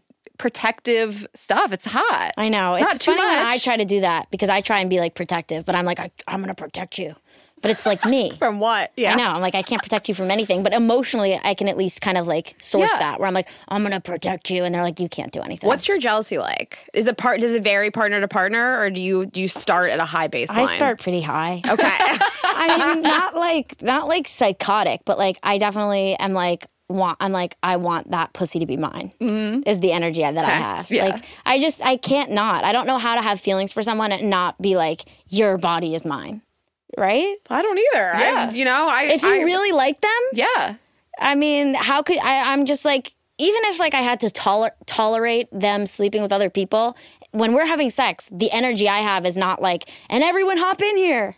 protective stuff. It's hot. I know it's Not too funny when I much. try to do that because I try and be like protective, but I'm like I, I'm going to protect you, but it's like me. From what? Yeah. I know. I'm like, I can't protect you from anything, but emotionally, I can at least kind of like source Yeah. that where I'm like, I'm gonna protect you, and they're like, you can't do anything. What's your jealousy like? Is it part? Does it vary partner to partner, or do you do you start at a high baseline? I start pretty high. Okay. I mean, not like not like psychotic, but like I definitely am like want. I'm like I want that pussy to be mine. Is the energy that I have. yeah. Like I just I can't not. I don't know how to have feelings for someone and not be like your body is mine, right? I don't either. Yeah. I, you know, I If you I- really like them, Yeah. I mean, how could I? I'm just like even if like I had to toler- tolerate them sleeping with other people. When we're having sex, the energy I have is not like, and everyone hop in here.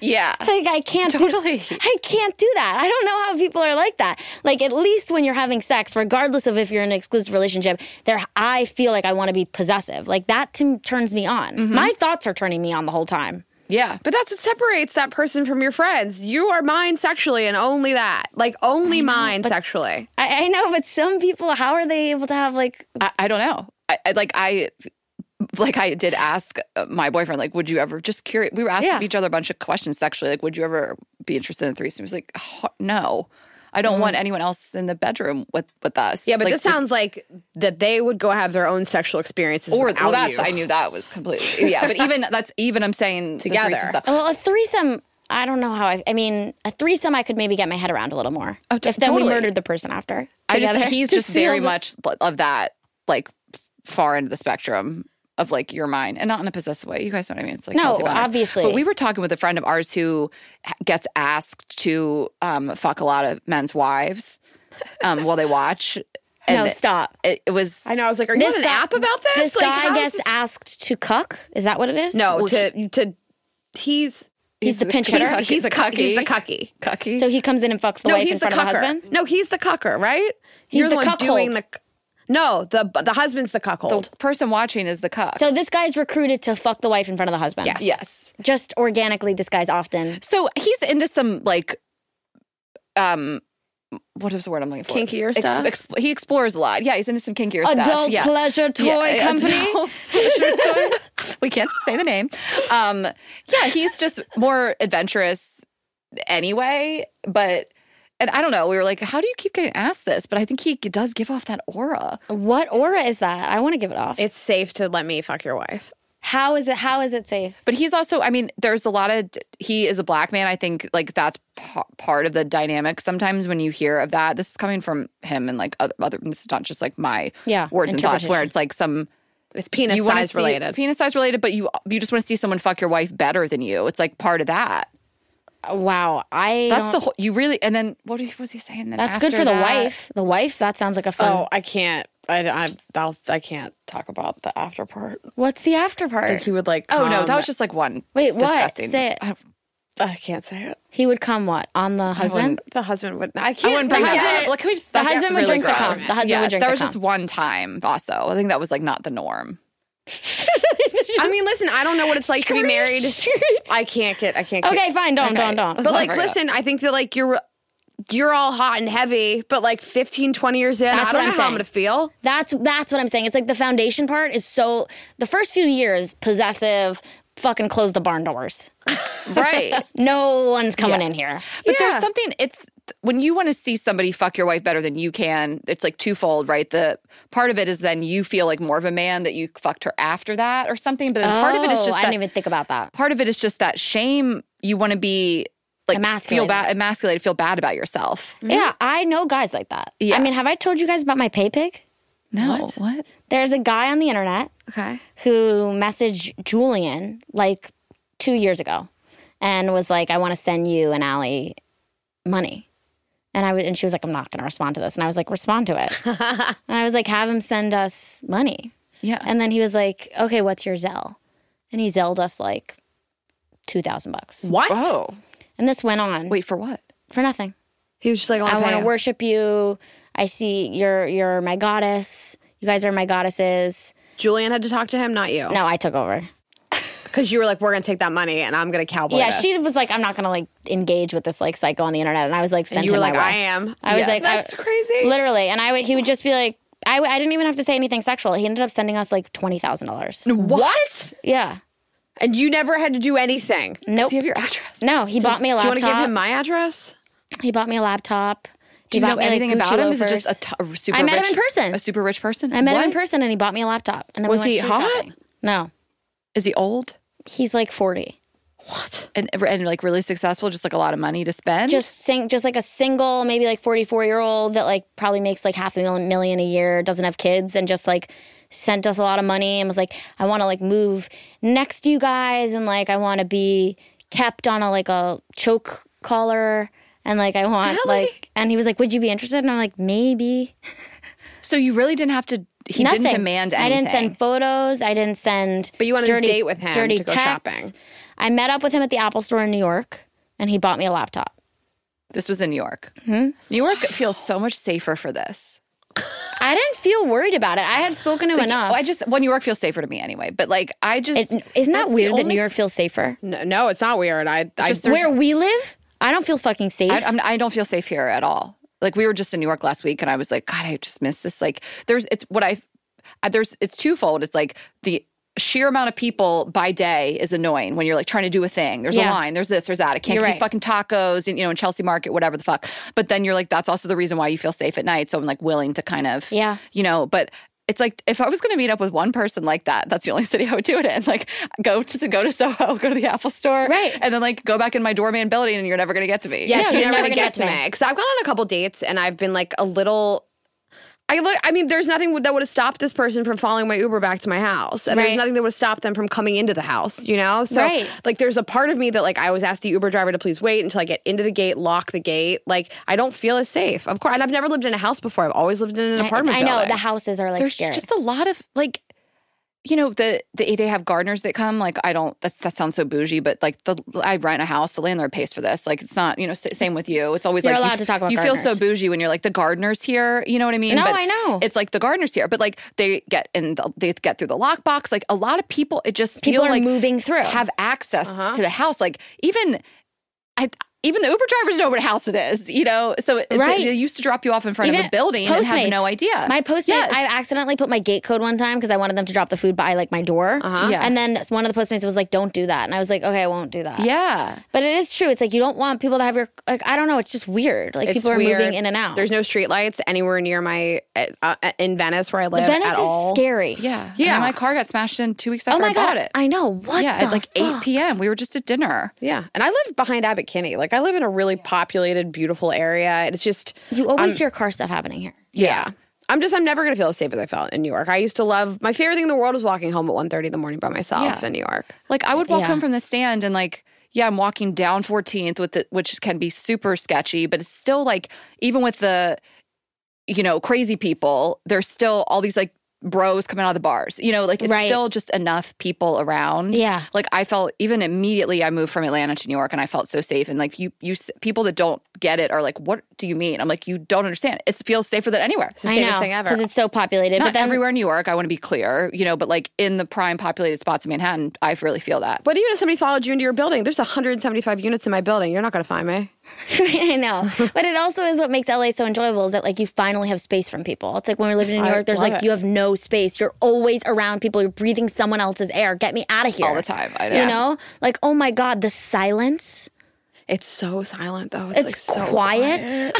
Yeah. Like I can't do- Totally. I can't do that. I don't know how people are like that. Like at least when you're having sex, regardless of if you're in an exclusive relationship, there I feel like I want to be possessive. Like that to, turns me on. My thoughts are turning me on the whole time. Yeah. But that's what separates that person from your friends. You are mine sexually, and only that. Like only mine sexually. I, I know, but some people, how are they able to have like? I, I don't know. I, I like I like I did ask uh, my boyfriend like, would you ever just curious? We were asking Yeah. each other a bunch of questions sexually, like, would you ever be interested in a threesome? He was like, "Ho- no, I don't want anyone else in the bedroom with with us. Mm-hmm. Yeah, but Like, this sounds like that they would go have their own sexual experiences. or without well, that's you. I knew that was completely yeah. But even that's even I'm saying the Together. threesome stuff. Well, a threesome. I don't know how I. I mean, a threesome. I could maybe get my head around a little more. Oh, t- if then we totally. murdered the person after. I just think together. he's just, very sealed- much of that like far into the spectrum of like your mind and not in a possessive way. You guys know what I mean? It's like No, healthy boundaries. obviously. But we were talking with a friend of ours who h- gets asked to um, fuck a lot of men's wives um, while they watch. No, stop. It, it was I know. I was like, are you on an app about this? This Like, guy how's gets this- asked to cuck. Is that what it is? no to to. He's He's the pinch hitter. he's, he's a cucky. He's the cucky. cucky. So he comes in and fucks the No, wife he's in the front of cucker. the husband. No, he's the cucker, right? He's You're the the, one cuckold. doing the. c- No, the the husband's the cuckold. person watching is the cuck. So this guy's recruited to fuck the wife in front of the husband. Yes. yes. Just organically, this guy's often. So he's into some like um what is the word I'm looking for? Kinkier stuff? exp- he explores a lot. Yeah, he's into some kinkier stuff. Adult yeah. pleasure toy Yeah, company. adult pleasure toy. we can't say the name. Um, yeah, he's just more adventurous anyway. But and I don't know. We were like, how do you keep getting asked this? But I think he does give off that aura. What aura is that? I want to give it off. It's safe to let me fuck your wife. How is it? How is it safe? But he's also, I mean, there's a lot of, he is a black man. I think like that's pa- part of the dynamic sometimes when you hear of that. This is coming from him and like other, other this is not just like my Yeah, words and thoughts where interpretation. it's like some It's penis wanna size see- related. Penis size related, but you you just want to see someone fuck your wife better than you. It's like part of that. Wow, I. That's don't- the whole. You really and then what do- what was he saying? Then That's good after for the that? wife. The wife. That sounds like a fun. oh, I can't. I I I'll, I can't talk about the after part. What's the after Like part? he would like. Oh no, come- that was just like one. Um, Wait, what? Disgusting. Say it. I don't- I can't say it. he would come what on the husband? The husband would. I can't. I wouldn't bring say that it. up. Like, can we just? The that's husband would really drink the gross. cum. The husband yeah, would drink There the was just cum. one time. Also, I think that was like not the norm. I mean, listen. I don't know what it's like to be married. I can't get. I can't. Okay, fine. Don't, don't, don't. But like, Never get- listen. I think that like you're. You're all hot and heavy, but like 15, 20 years in, That's what I don't know I'm how I'm saying. gonna feel. That's that's what I'm saying. It's like the foundation part is so the first few years possessive. Fucking close the barn doors. Right. No one's coming in here. But Yeah. there's something it's when you want to see somebody fuck your wife better than you can, it's like twofold, right? The part of it is then you feel like more of a man that you fucked her after that or something. But then part of it is Oh, just I that didn't even think about that. part of it is just that shame you want to be like feel Emasculated. bad emasculated, feel bad about yourself. Yeah, I know guys like that. Yeah. I mean, have I told you guys about my pay pig? No. What? There's a guy on the internet Okay. who messaged Julian like two years ago and was like, I want to send you and Allie money. And I was, and she was like, I'm not going to respond to this. And I was like, respond to it. and I was like, have him send us money. Yeah. And then he was like, okay, what's your Zelle? And he Zelled us like 2000 bucks. What? oh. And this went on Wait for what? for nothing. He was just like, "Oh, I wanna want to work. worship you. I see you're you're my goddess. You guys are my goddesses. Julian had to talk to him, not you. No, I took over. Because you were like, we're going to take that money and I'm going to cowboy. yeah, this." she was like, I'm not gonna like engage with this like psycho on the internet, and I was like, send And you were him like, my way. I am. I was Yeah. like, uh, I- That's crazy. literally, and I would he would just be like, I, I didn't even have to say anything sexual. He ended up sending us like twenty thousand dollars. What? Yeah, And you never had to do anything. nope. Does he have your address? No, he bought me a Do laptop. you want to give him my address? he bought me a laptop. Do He you bought know me, like, anything about Gucci him? Is it just a loafers. t- a super I met rich him in person. A super rich person? I met him in What? person, and he bought me a laptop. And then Was we went he shoe hot? shopping. No, Is he old? he's like forty. And, and like really successful, just like a lot of money to spend. just sing, just like a single, maybe like forty four year old that like probably makes like half a million, million a year, doesn't have kids, and just like sent us a lot of money and was like, I want to like move next to you guys, and like I want to be kept on a like a choke collar, and like I want like, and he was like, Would you be interested? And I'm like, Maybe. So you really didn't have to. He didn't Nothing. demand I anything. didn't send photos. I didn't send. But you wanted to dirty, date with him Dirty to go texts. shopping. I met up with him at the Apple Store in New York, and he bought me a laptop. This was in New York. Hmm? New York feels so much safer for this. I didn't feel worried about it. I had spoken to enough. I just well, New York feels safer to me anyway. But like, I just It, isn't that that's the weird that only- New York feels safer? No, no, it's not weird. I, I just- Where we live, I don't feel fucking safe. I, I'm, I don't feel safe here at all. Like we were just in New York last week, and I was like, God, I just miss this. Like, there's it's what I I- there's it's twofold. It's like the sheer amount of people by day is annoying when you're like trying to do a thing. There's Yeah. a line. There's this. There's that. I can't You're get right. these fucking tacos. And, you know, in Chelsea Market, whatever the fuck. But then you're like, that's also the reason why you feel safe at night. So I'm like willing to kind of Yeah. you know, but. It's like if I was going to meet up with one person like that, that's the only city I would do it in. Like, go to the go to Soho, go to the Apple Store, Right. And then like go back in my doorman building, and you're never going to get to me. yes, Yeah, you're you're never never going to gonna get to me. Because I've gone on a couple dates and I've been like a little. I look. I mean, there's nothing that would have stopped this person from following my Uber back to my house, and Right. there's nothing that would have stopped them from coming into the house. You know, so Right. like, there's a part of me that like I always ask the Uber driver to please wait until I get into the gate, lock the gate. Like, I don't feel as safe. Of course, and I've never lived in a house before. I've always lived in an I, apartment. I know building. the houses are like there's scary. just a lot of like you know the, the they have gardeners that come like i don't that's that sounds so bougie but like the i rent a house the landlord pays for this like it's not you know s- same with you it's always You're like you allowed f- to talk about you feel gardeners. so bougie when you're like the gardeners here you know what i mean No, I know. it's like the gardeners here but like they get in the, they get through the lockbox like a lot of people it just People feel are like moving through. have access to the house like even i even the Uber drivers know what house it is, you know? So it's, Right. they used to drop you off in front of a Even building and have Postmates. no idea. My Postmates, Yes. I accidentally put my gate code one time because I wanted them to drop the food by like my door. Uh-huh. Yeah. And then one of the Postmates was like, don't do that. And I was like, okay, I won't do that. yeah. But it is true. It's like you don't want people to have your, like, I don't know. It's just weird. Like It's people are weird. moving in and out. There's no streetlights anywhere near my uh, uh, in Venice where I live. Venice at is all. scary. Yeah. Yeah. And my car got smashed in two weeks Oh after my I God. bought it. I know. What? yeah, the at like 8 fuck? p.m. We were just at dinner. Yeah, and I live behind Abbot Kinney. Like I live in a really populated, beautiful area. It's just You always hear car stuff happening here. yeah. I'm just I'm never gonna feel as safe as I felt in New York. I used to love my favorite thing in the world was walking home at 1.30 in the morning by myself Yeah. in New York. Like I would walk Yeah. home from the stand and like yeah, I'm walking down 14th with the, which can be super sketchy, but it's still like even with the you know crazy people, there's still all these like bros coming out of the bars. You know, like it's Right. still just enough people around. Yeah. Like I felt even immediately I moved from Atlanta to New York and I felt so safe and like you you s- people that don't get it are like what do you mean? I'm like you don't understand. It feels safer than anywhere. the I safest know thing ever. because it's so populated. Not but then everywhere in New York, I want to be clear, you know, but like in the prime populated spots of Manhattan, I really feel that. But even if somebody followed you into your building, there's 175 units in my building. You're not gonna find me. I know, but it also is what makes LA so enjoyable is that like you finally have space from people. It's like when we lived in New I York, there's love like it. you have no space. You're always around people. You're breathing someone else's air. Get me out of here All the time, I You know. know, like oh my god, the silence. It's so silent though. It's, It's, like so quiet.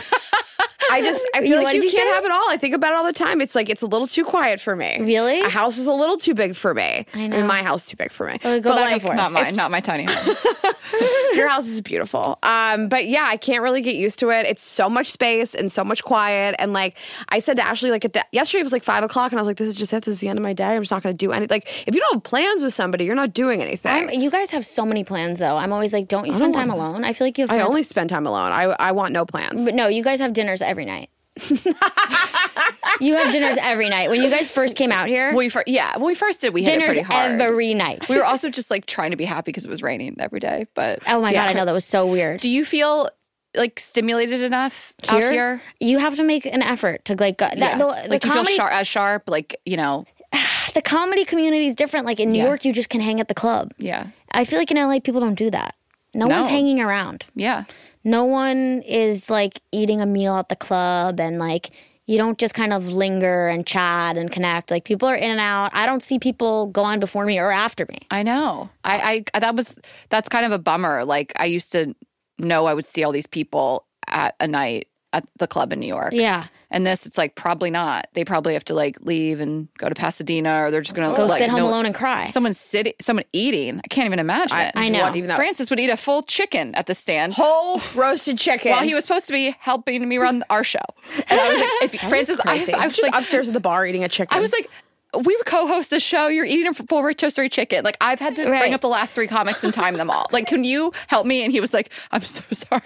I just I feel You- what like you did can't you say? have it all. I think about it all the time. It's like it's a little too quiet for me. Really? a house is a little too big for me. I know. my house is too big for me. go back and forth. Not mine, not my tiny home. Your house is beautiful. Um, but yeah, I can't really get used to it. It's so much space and so much quiet. And like I said to Ashley, like at the, yesterday it was like five o'clock, and I was like, this is just it. This is the end of my day. I'm just not going to do anything. Like if you don't have plans with somebody, you're not doing anything. I'm- you guys have so many plans though. I'm always like, don't you spend time alone? I feel like you have. i Plans. only spend time alone. I I want no plans. But no, you guys have dinners every night. you have dinners every night. When you guys first came out here, we fir- yeah, when we first did, we hit it dinners pretty hard. every night. we were also just like trying to be happy because it was raining every day. But oh my god, I know that was so weird. do you feel like stimulated enough out here? you have to make an effort to like go, that, Yeah. the, the like you comedy, feel sharp, as sharp, like you know, the comedy community is different. Like in New Yeah. York, you just can hang at the club. yeah, I feel like in LA, people don't do that. No, No. one's hanging around. yeah, No one is like eating a meal at the club and like you don't just kind of linger and chat and connect. Like people are in and out. I don't see people go on before me or after me. I know. I, I that was that's kind of a bummer. Like I used to know I would see all these people at a night at the club in New York. Yeah. And this, it's like probably not. They probably have to like leave and go to Pasadena, or they're just gonna Go like, sit home no- alone and cry. Someone sitting, someone eating. I can't even imagine. it. I know. What, even though Francis would eat a full chicken at the stand whole roasted chicken. while he was supposed to be helping me run our show. And I was like, if Francis, I, I was just like, upstairs at the bar eating a chicken. I was like, we co-host the show. You're eating a full rotisserie chicken. Like I've had to Right. bring up the last three comics and time them all. Like, can you help me? And he was like, I'm so sorry.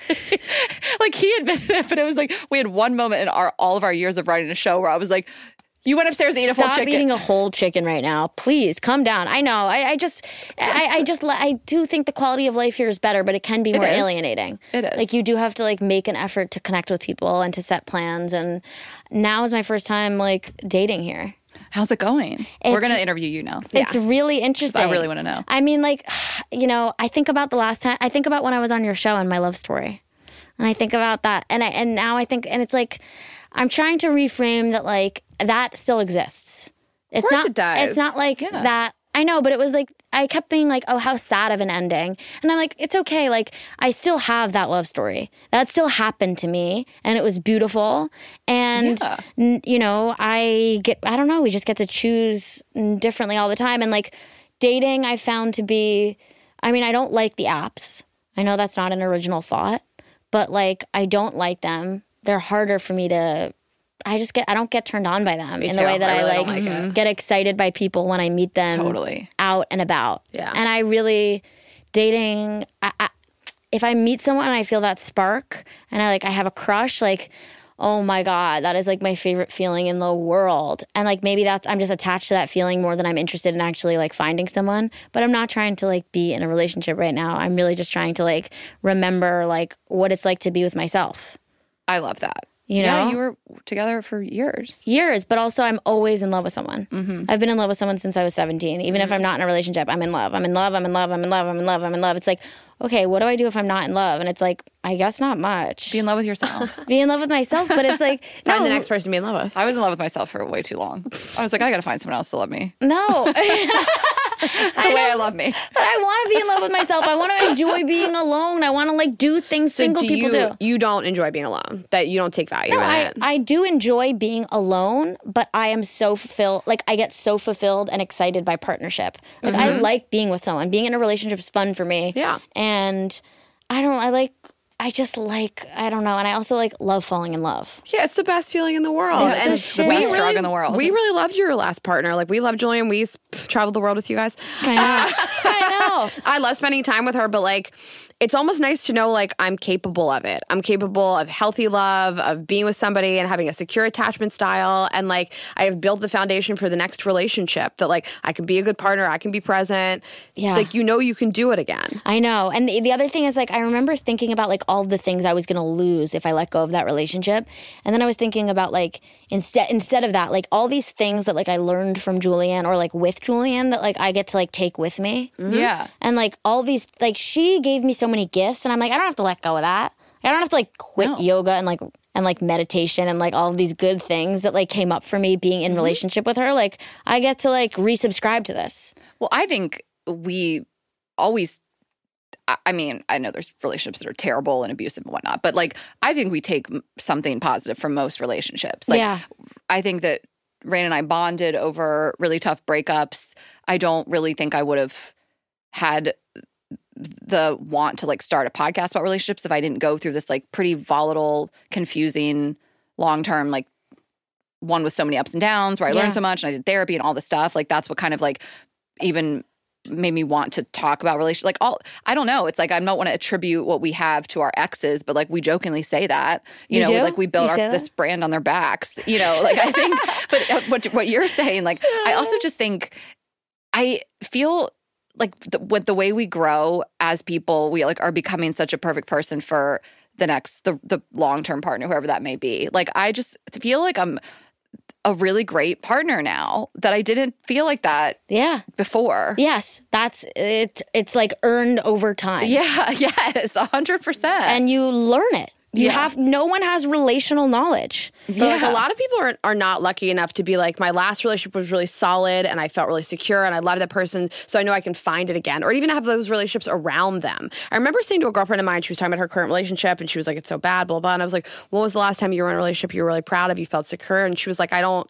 like he admitted it, but it was like we had one moment in our all of our years of writing a show where I was like, you went upstairs to eat a full Stop chicken. eating a whole chicken right now. Please come down. I know. I, I just, I, I just, li- I do think the quality of life here is better, but it can be more is. alienating. It is. Like you do have to like make an effort to connect with people and to set plans. And now is my first time like dating here. How's it going? We're It's- gonna interview you now. It's really interesting. really wanna know. I mean, like, you know, I think about the last time. I think about when I was on your show and my love story, and I think about that, and I and now I think, and it's like, I'm trying to reframe that. Like that still exists. It's course not. it does. It's not like that. I know, but it was like I kept being like, "Oh, how sad of an ending," and I'm like, "It's okay. Like I still have that love story. That still happened to me, and it was beautiful. And n- you know, I get. I don't know. We just get to choose mm, differently all the time. And like dating, I found to be. I mean, I don't like the apps. I know that's not an original thought, but like I don't like them. They're harder for me to. I just get. I don't get turned on by them in the too. way that I, I really don't like, like it. get excited by people when I meet them Totally. out and about. Yeah. And I really dating I, I, if I meet someone and I feel that spark and I like I have a crush like oh my god that is like my favorite feeling in the world and like maybe that's I'm just attached to that feeling more than I'm interested in actually like finding someone but I'm not trying to like be in a relationship right now I'm really just trying to like remember like what it's like to be with myself I love that. You know, yeah, you were together for years. years, but also I'm always in love with someone. I've been in love with someone since I was 17. Even if I'm not in a relationship, I'm in love. I'm in love. I'm in love. I'm in love. I'm in love. I'm in love. It's like, okay, what do I do if I'm not in love? And it's like, I guess not much. Be in love with yourself. Be in love with myself, but it's like, no, Find the next person to be in love with. I was in love with myself for way too long. I was like, I gotta find someone else to love me no. the way I love me. But I want to be in love with myself. I want to enjoy being alone. I want to like do things single do people you, do. You don't enjoy being alone. That you don't take value in I, it. I do enjoy being alone, but I am so fulfilled. Like, I get so fulfilled and excited by partnership. Like, I like being with someone. Being in a relationship is fun for me. Mm-hmm. Yeah. And I don't, I like, I just like, I don't know. And I also like love falling in love. Yeah, it's the best feeling in the world. It's the shit. we best really, drug in the world. We really loved your last partner. Like we loved Julian. We pff, traveled the world with you guys. I know. I know. I love spending time with her, but like it's almost nice to know like I'm capable of it. I'm capable of healthy love, of being with somebody and having a secure attachment style and like I have built the foundation for the next relationship that like I can be a good partner, I can be present. Yeah. Like you know you can do it again. I know. And the, the other thing is like I remember thinking about like all the things I was going to lose if I let go of that relationship. And then I was thinking about like instead instead of that, like all these things that like I learned from Julianne or like with Julianne that like I get to like take with me. Mm-hmm. Yeah. And like all these like she gave me so many gifts and I'm like I don't have to let go of that. I don't have to like quit yoga and like and like meditation and like all of these good things that like came up for me being in relationship with her. Like I get to like resubscribe to this. Well, I think we always. I- I mean, I know there's relationships that are terrible and abusive and whatnot, but like, I think we take m- something positive from most relationships. Like, Yeah. I think that Rain and I bonded over really tough breakups. I don't really think I would have had the want to like start a podcast about relationships if I didn't go through this like pretty volatile, confusing, long term like one with so many ups and downs where I Yeah. learned so much and I did therapy and all this stuff. Like that's what kind of like even made me want to talk about relationships. Like all I don't know. It's like I don't want to attribute what we have to our exes, but like we jokingly say that. You, You know, do? like we built You our say that? this brand on their backs. You know, like I think but uh, what what you're saying, like I also just think I feel like the, with the way we grow as people, we like are becoming such a perfect person for the next the the long term partner, whoever that may be. Like I just feel like I'm a really great partner now that I didn't feel like that Yeah. before. Yes, that's it. It's like earned over time. Yeah, yes, a hundred percent. and you learn it. You Yeah. have no one has relational knowledge. But like a lot of people are, are not lucky enough to be like, my last relationship was really solid and I felt really secure and I loved that person, so I know I can find it again. Or even have those relationships around them. I remember saying to a girlfriend of mine, she was talking about her current relationship and she was like, it's so bad, blah, blah. And I was like, when was the last time you were in a relationship you were really proud of, you felt secure? And she was like, I don't,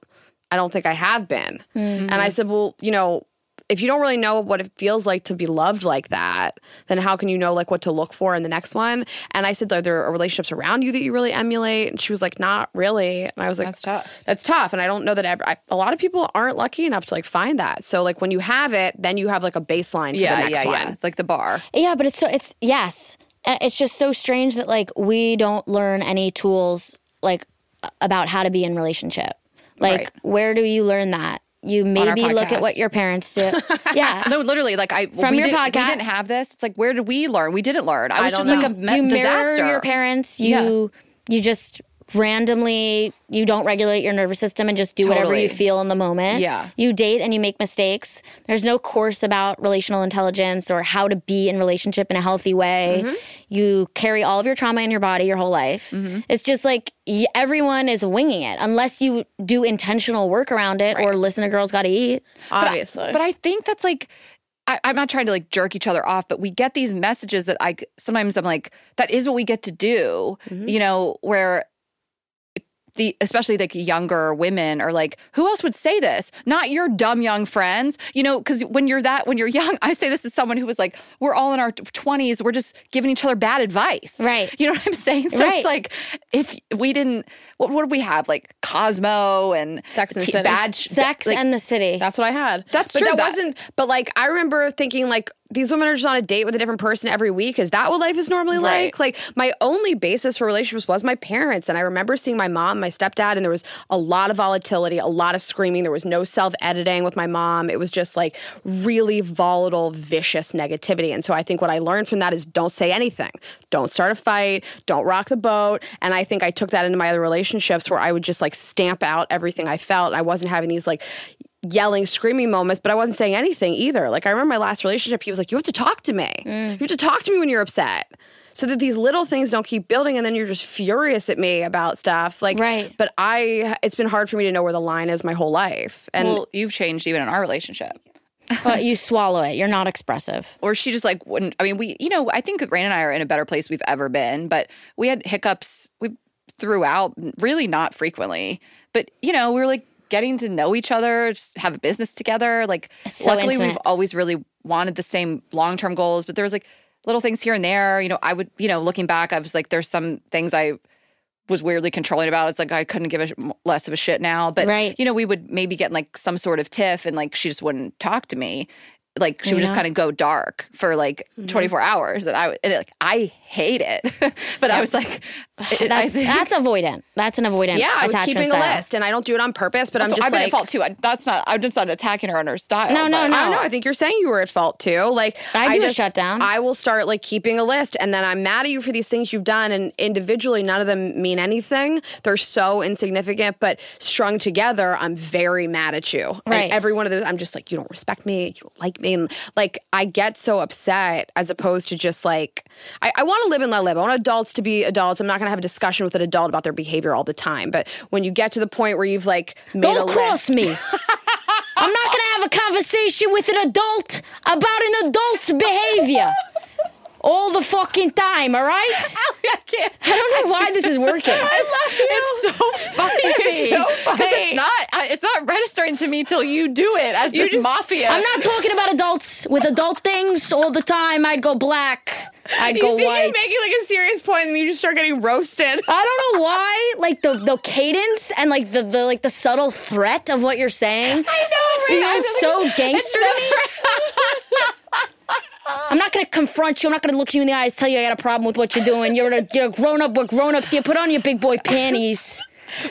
I don't think I have been. And I said, well, you know, if you don't really know what it feels like to be loved like that, then how can you know like what to look for in the next one? And I said, are there relationships around you that you really emulate? And she was like, not really. And I was like, That's tough. That's tough. And I don't know that ever. I, a lot of people aren't lucky enough to like find that. So like when you have it, then you have like a baseline for the yeah, next yeah, one. yeah. Like the bar. Yeah, but it's so it's yes. Uh, It's just so strange that like we don't learn any tools like a- about how to be in relationship. Like Right. where do you learn that? You maybe look at podcast. what your parents do. yeah. No, literally, like I From we your did, podcast. We didn't have this. It's like where did we learn? We didn't learn. I, was don't just like a me- you disaster. mirror your parents. You you just randomly you don't regulate your nervous system and just do whatever Totally. you feel in the moment. Yeah. You date and you make mistakes. There's no course about relational intelligence or how to be in relationship in a healthy way. Mm-hmm. You carry all of your trauma in your body your whole life. Mm-hmm. It's just like y- everyone is winging it unless you do intentional work around it or listen to girls got to eat. Obviously. But I think that's like, I, I'm not trying to like jerk each other off, but we get these messages that I sometimes I'm like, that is what we get to do, Mm-hmm. you know, where the especially like younger women are like, who else would say this? Not your dumb young friends, you know, because when you're that, when you're young, I say this as someone who was like, we're all in our 20s, we're just giving each other bad advice. Right. You know what I'm saying? So Right. it's like, if we didn't, what, what did we have? Like Cosmo and Sex and the T- City. bad sh- Sex like- and the city. That's what I had. That's but true, That that- wasn't. But like, I remember thinking like these women are just on a date with a different person every week. Is that what life is normally Right. like? Like my only basis for relationships was my parents. And I remember seeing my mom, my stepdad, and there was a lot of volatility, a lot of screaming. There was no self editing with my mom. It was just like really volatile, vicious negativity. And so I think what I learned from that is don't say anything, don't start a fight, don't rock the boat. And I think I took that into my other relationships where I would just like stamp out everything I felt. I wasn't having these like yelling, screaming moments, but I wasn't saying anything either. Like I remember my last relationship, he was like, "You have to talk to me. You have to talk to me when you're upset." So that these little things don't keep building, and then you're just furious at me about stuff. Like, Right. But I, it's been hard for me to know where the line is my whole life, and well, you've changed even in our relationship. but you swallow it. You're not expressive. or she just like wouldn't. I mean, we, you know, I think Rain and I are in a better place we've ever been, but we had hiccups we throughout, really not frequently, but you know, we were like getting to know each other, just have a business together. Like, It's so luckily, we've intimate. always really wanted the same long term goals, but there was like little things here and there. You know, I would, you know, looking back, I was like, there's some things I was weirdly controlling about. It's like I couldn't give a sh- less of a shit now. But Right. you know, we would maybe get in like some sort of tiff, and like she just wouldn't talk to me. Like she would just Yeah. Mm-hmm. kind of go dark for like 24 hours. That I and it, like I hate it, but I was like, it- I That's think. that's avoidant. That's an avoidant. yeah, I was attachment keeping style. a list, and I don't do it on purpose, but I'm Oh, so just I've been like, at fault too. I, that's not. I'm just not attacking her on her style. No, no, but- no. I don't know. I think you're saying you were at fault too. Like I do a just- shutdown. I will start like keeping a list, and then I'm mad at you for these things you've done. And individually, none of them mean anything. They're so insignificant, but strung together, I'm very mad at you. And Right. every one of those, I'm just like, you don't respect me. You don't like me. And like, I get so upset as opposed to just like, I, I want to live and let live. I want adults to be adults. I'm not going to have a discussion with an adult about their behavior all the time. But when you get to the point where you've like made a Don't list- cross me. I'm not going to have a conversation with an adult about an adult's behavior all the fucking time, all right? I can't. I don't know why this is working. It's so funny. It's so funny. it's not. I- It's not registering to me till you do it as this mafia. I'm not talking about adults with adult things all the time. I'd go black, I'd go white. like a serious point and you just start getting roasted. I don't know why, like the the cadence and like the, the like the subtle threat of what you're saying. I know, right? Feels so gangster to me. I'm not gonna confront you. I'm not gonna look you in the eyes, tell you I got a problem with what you're doing. You're a you're a grown up. We're grown ups here. Put on your big boy panties.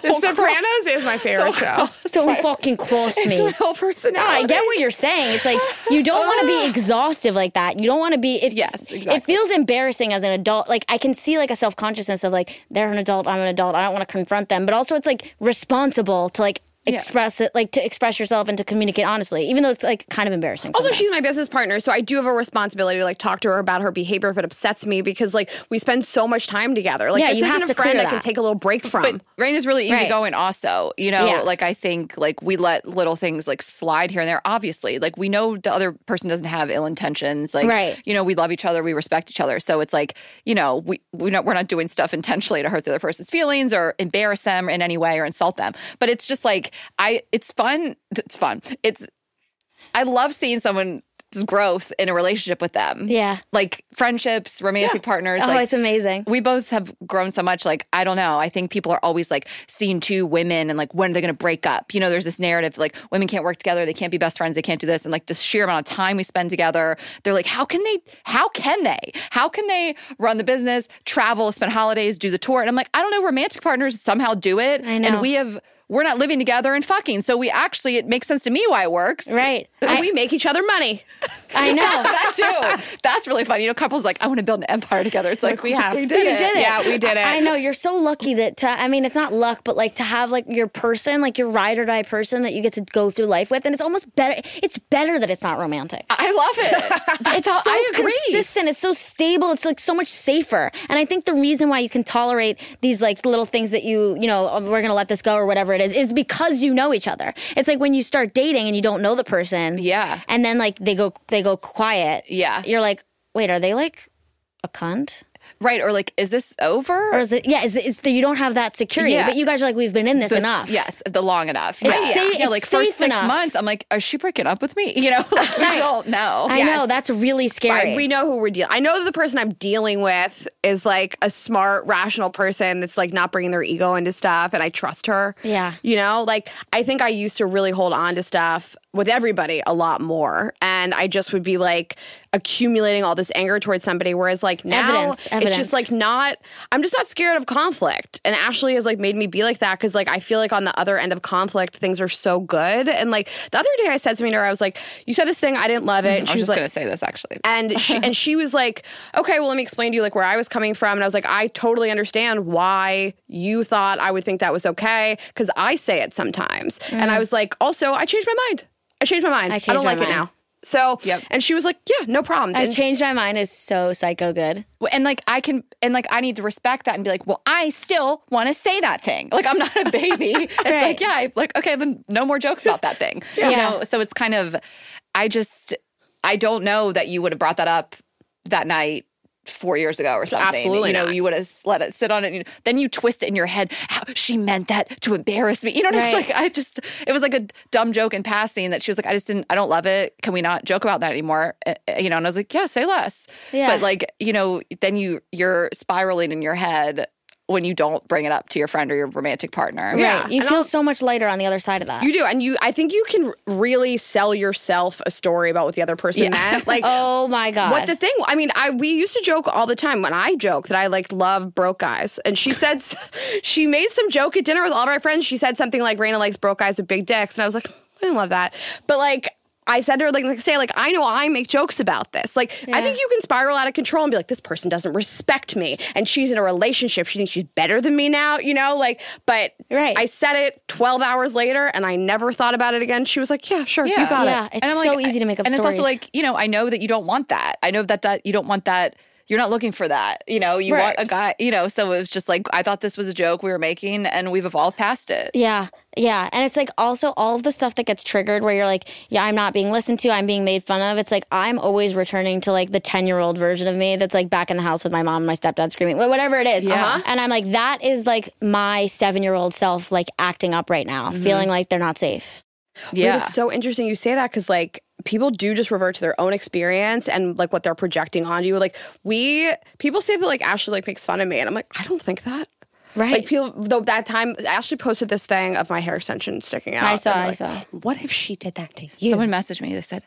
The Sopranos is my favorite show. Don't fucking cross me. My whole personality. I get what you're saying. It's like you don't want to be exhaustive like that. You don't want to be. It, Yes, exactly. It feels embarrassing as an adult. Like I can see like a self consciousness of like they're an adult, I'm an adult. I don't want to confront them, but also it's like responsible to like express it, like to express yourself and to communicate honestly, even though it's like kind of embarrassing. Also, sometimes. she's my business partner, so I do have a responsibility to like talk to her about her behavior if it upsets me because like we spend so much time together. Like Yeah, this you isn't have to a friend clear I can that. take a little break from. But Rain is really Um, Right. easygoing also. You know, Yeah. like I think like we let little things like slide here and there. Obviously, like we know the other person doesn't have ill intentions. Like Right. you know, we love each other, we respect each other. So it's like, you know, we we not we're not doing stuff intentionally to hurt the other person's feelings or embarrass them in any way or insult them. But it's just like I it's fun. It's fun. It's I love seeing someone's growth in a relationship with them. Yeah. Like friendships, romantic partners. oh, like, it's amazing. we both have grown so much. Like, I don't know. I think people are always like seeing two women and like, when are they going to break up? You know, there's this narrative like women can't work together. They can't be best friends. They can't do this. And like the sheer amount of time we spend together, they're like, how can they, how can they, how can they run the business, travel, spend holidays, do the tour? And I'm like, I don't know. Romantic partners somehow do it. I know. And we have, we're not living together and fucking. So we actually, it makes sense to me why it works. Right. But I, we make each other money. I know. that too. That's really funny. You know, couples like, I want to build an empire together. It's like, we have. We did You it. did it. Yeah, we did it. I know you're so lucky that to, I mean it's not luck, but like to have like your person, like your ride or die person that you get to go through life with, and it's almost better. It's better that it's not romantic. I love it. That's it's how so I agree. consistent. It's so stable. It's like so much safer. And I think the reason why you can tolerate these like little things that you, you know, "Oh, we're gonna let this go or whatever it is, is because you know each other. It's like when you start dating and you don't know the person. Yeah. And then like they go they go quiet. Yeah. You're like, wait, are they like a cunt? Right. Or like, is this over? Or is it? Yeah. Is it, it's the, you don't have that security. Yeah. But you guys are like, we've been in this, This- enough. Yes, the long enough. It's yeah, yeah. safe- yeah. it's Like first safe six enough. months, I'm like, is she breaking up with me? You know, like we don't know. I Oh, Yes. know that's really scary. I- we know who we're dealing. I know that the person I'm dealing with is like a smart, rational person that's like not bringing their ego into stuff, and I trust her. Yeah. you know, like I think I used to really hold on to stuff with everybody a lot more. And I just would be like accumulating all this anger towards somebody. Whereas like now Evidence, it's evidence. just like not I'm just not scared of conflict. And Ashley has like made me be like that because like I feel like on the other end of conflict things are so good. And like the other day I said something to her, I was like, You said this thing, I didn't love it. And Mm-hmm. I she was was just like gonna say this actually. and she, and she was like, okay, well, let me explain to you like where I was coming from. And I was like, I totally understand why you thought I would think that was okay because I say it sometimes. And I was like, also, I changed my mind. I changed my mind. Mm. I I, changed don't my like mind. it now. So, Yep. and she was like, yeah, no problem. I And- changed my mind is so psycho good. Well, and like I can and like I need to respect that and be like, well, I still want to say that thing. Like I'm not a baby. It's like yeah, I, like okay, then no more jokes about that thing. You know, so it's kind of I just I don't know that you would have brought that up that night. Four years ago, or something. Absolutely you know, not. you would have let it sit on it. And, you- then you twist it in your head. How, she meant that to embarrass me. You know, what it's Right. like I just it was like a dumb joke in passing that she was like, I just didn't. I don't love it. Can we not joke about that anymore? Uh, uh, You know, and I was like, Yeah, say less. Yeah. But like, you know, then you you're spiraling in your head when you don't bring it up to your friend or your romantic partner. Yeah. Right. You And feel I'll- so much lighter on the other side of that. you do, and you. I think you can really sell yourself a story about what the other person meant. Like, oh my god. What the thing? I mean, I we used to joke all the time when I joke that I like love broke guys, and she said s- she made some joke at dinner with all of our friends. She said something like Raina likes broke guys with big dicks, and I was like, I didn't love that, but like. I said to her, like, like, say, like, I know I make jokes about this. Like, I think you can spiral out of control and be like, this person doesn't respect me. And she's in a relationship. She thinks she's better than me now, you know? Like, but Right. I said it 12 hours later and I never thought about it again. She was like, yeah, sure, you got Yeah. it. It's so easy to make up And it's also stories. like, you know, I know that you don't want that. I know that that you don't want that. You're not looking for that. You know, you Right. want a guy, you know, so it was just like I thought this was a joke we were making and we've evolved past it. Yeah. Yeah. And it's like also all of the stuff that gets triggered where you're like, yeah, I'm not being listened to. I'm being made fun of. It's like I'm always returning to like the 10 year old version of me that's like back in the house with my mom and my stepdad screaming, wh- whatever it is. Uh-huh. And I'm like, that is like my seven year old self like acting up right now, Mm-hmm. feeling like they're not safe. Dude, Yeah. it's so interesting you say that because like people do just revert to their own experience and like what they're projecting on you. Like we people say that like Ashley like makes fun of me, and I'm like, I don't think that. Right. Like people though that time Ashley posted this thing of my hair extension sticking out. I saw, and I like, saw. What if she did that to you? Someone messaged me. They said,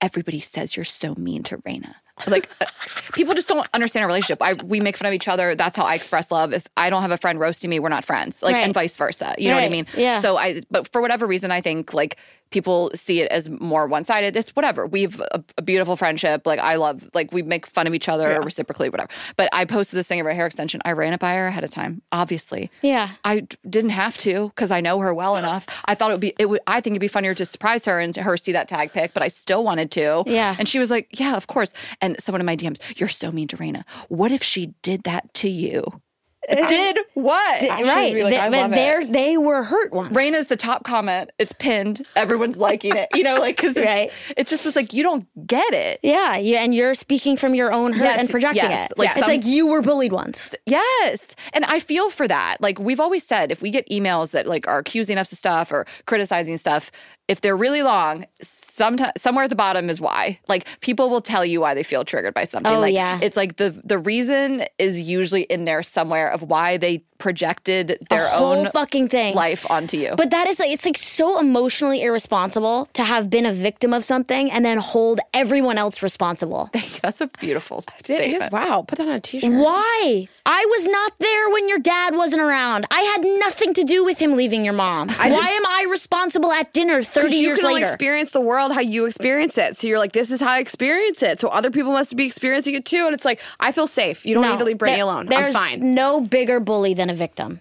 "Everybody says you're so mean to Raina." Like, uh, people just don't understand our relationship. I we make fun of each other. That's how I express love. If I don't have a friend roasting me, we're not friends. Like, Right. and vice versa. You know what I Right. mean? Yeah. So I, but for whatever reason, I think like people see it as more one sided. It's whatever. We've a, a beautiful friendship. Like I love. Like we make fun of each other reciprocally, whatever. But I posted this thing about hair extension. I ran it by her ahead of time, obviously. Yeah. I d- didn't have to because I know her well enough. I thought it would be it would I think it'd be funnier to surprise her and to her see that tag pic, but I still wanted to. Yeah. And she was like, Yeah, of course. And someone in my DMs, you're so mean to Raina. What if she did that to you? did what? right. be like, They- I but love it. they're, they were hurt once. Raina's the top comment. It's pinned. Everyone's liking it. You know, like because Right. it just was like, you don't get it. Yeah, you, and you're speaking from your own hurt Yes, and projecting yes. it. Like it's some- like you were bullied once. Yes. And I feel for that. Like we've always said if we get emails that like are accusing us of stuff or criticizing stuff, if they're really long, sometime, somewhere at the bottom is why. Like people will tell you why they feel triggered by something. Oh, like yeah. it's like the the reason is usually in there somewhere of why they projected their Whole own fucking thing. life onto you. But that is like it's like so emotionally irresponsible to have been a victim of something and then hold everyone else responsible. that's a beautiful It statement. is. Wow. Put that on a t-shirt. Why? I was not there when your dad wasn't around. I had nothing to do with him leaving your mom. Why am I responsible at dinner 30 you years can only later? experience the world how you experience it. So you're like, this is how I experience it. So other people must be experiencing it too. And it's like, I feel safe. You don't No, need to leave Brittany there- alone. I'm There's fine. no bigger bully than a victim.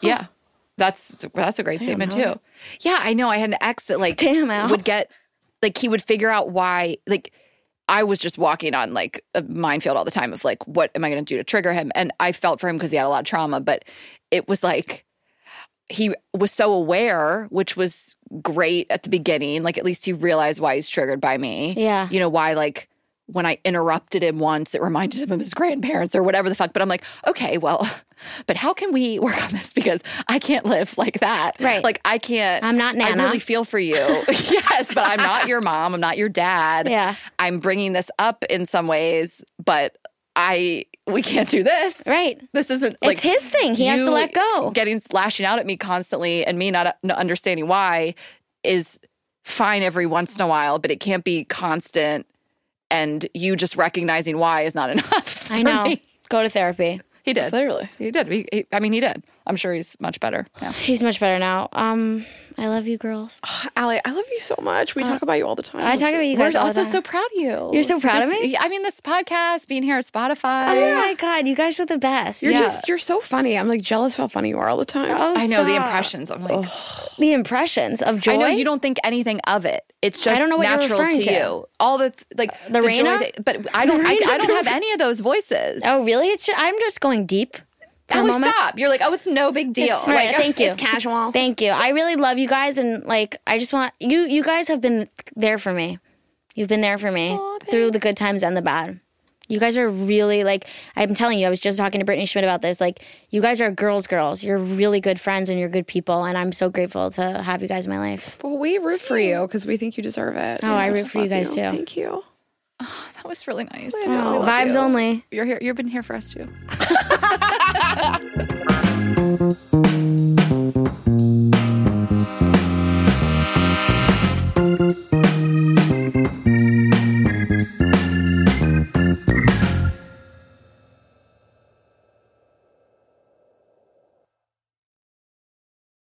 Yeah. That's that's a great statement too. Yeah, I know. I had an ex that like Damn, Al. would get like he would figure out why like I was just walking on like a minefield all the time of like what am I going to do to trigger him and I felt for him cuz he had a lot of trauma but it was like he was so aware, which was great at the beginning. Like at least he realized why he's triggered by me. Yeah. You know, why like when I interrupted him once, it reminded him of his grandparents or whatever the fuck. But I'm like, okay, well, but how can we work on this? Because I can't live like that. Right. Like I can't. I'm not I Nana. really feel for you. yes, but I'm not your mom. I'm not your dad. Yeah. I'm bringing this up in some ways, but I we can't do this. Right. This isn't like his thing. He has to you let go. uh, Getting lashing out at me constantly and me not, not understanding why is fine every once in a while, but it can't be constant. And you just recognizing why is not enough. I for know. me. Go to therapy. He did. Literally. He did. He, he- I mean, he did. I'm sure he's much better. Yeah. He's much better now. Um, I love you, girls. Allie, I love you so much. Uh, We talk about you all the time. I talk about you guys. We're all also the so time. proud of you. You're so proud of Just- me? I mean, this podcast, being here at Spotify. Oh my god, you guys are the best. You're Yeah. just you're so funny. I'm like jealous of how funny you are all the time. Oh, I know the stop. impressions. I'm like, The impressions of joy. I know you don't think anything of it. It's just I don't know what you're natural referring to, to. you. All the th- like the joy Raina? that- but I don't. I, Raina I don't have any of those voices. Oh, really? It's just, I'm just going deep. for a Ellie, moment. stop! You're like, oh, it's no big deal. All right, Like, thank you. casual. Thank you. I really love you guys, and like, I just want you. You guys have been there for me. You've been there for me through the good times and the bad. You guys are really like I'm telling you. I was just talking to Brittany Schmidt about this. Like, you guys are girls, girls. You're really good friends, and you're good people. And I'm so grateful to have you guys in my life. Well, we root for you because we think you deserve it. Oh, I And we root just for you love guys, too. Thank you. that was really nice. Oh, vibes only. You're here. You've been here for us too.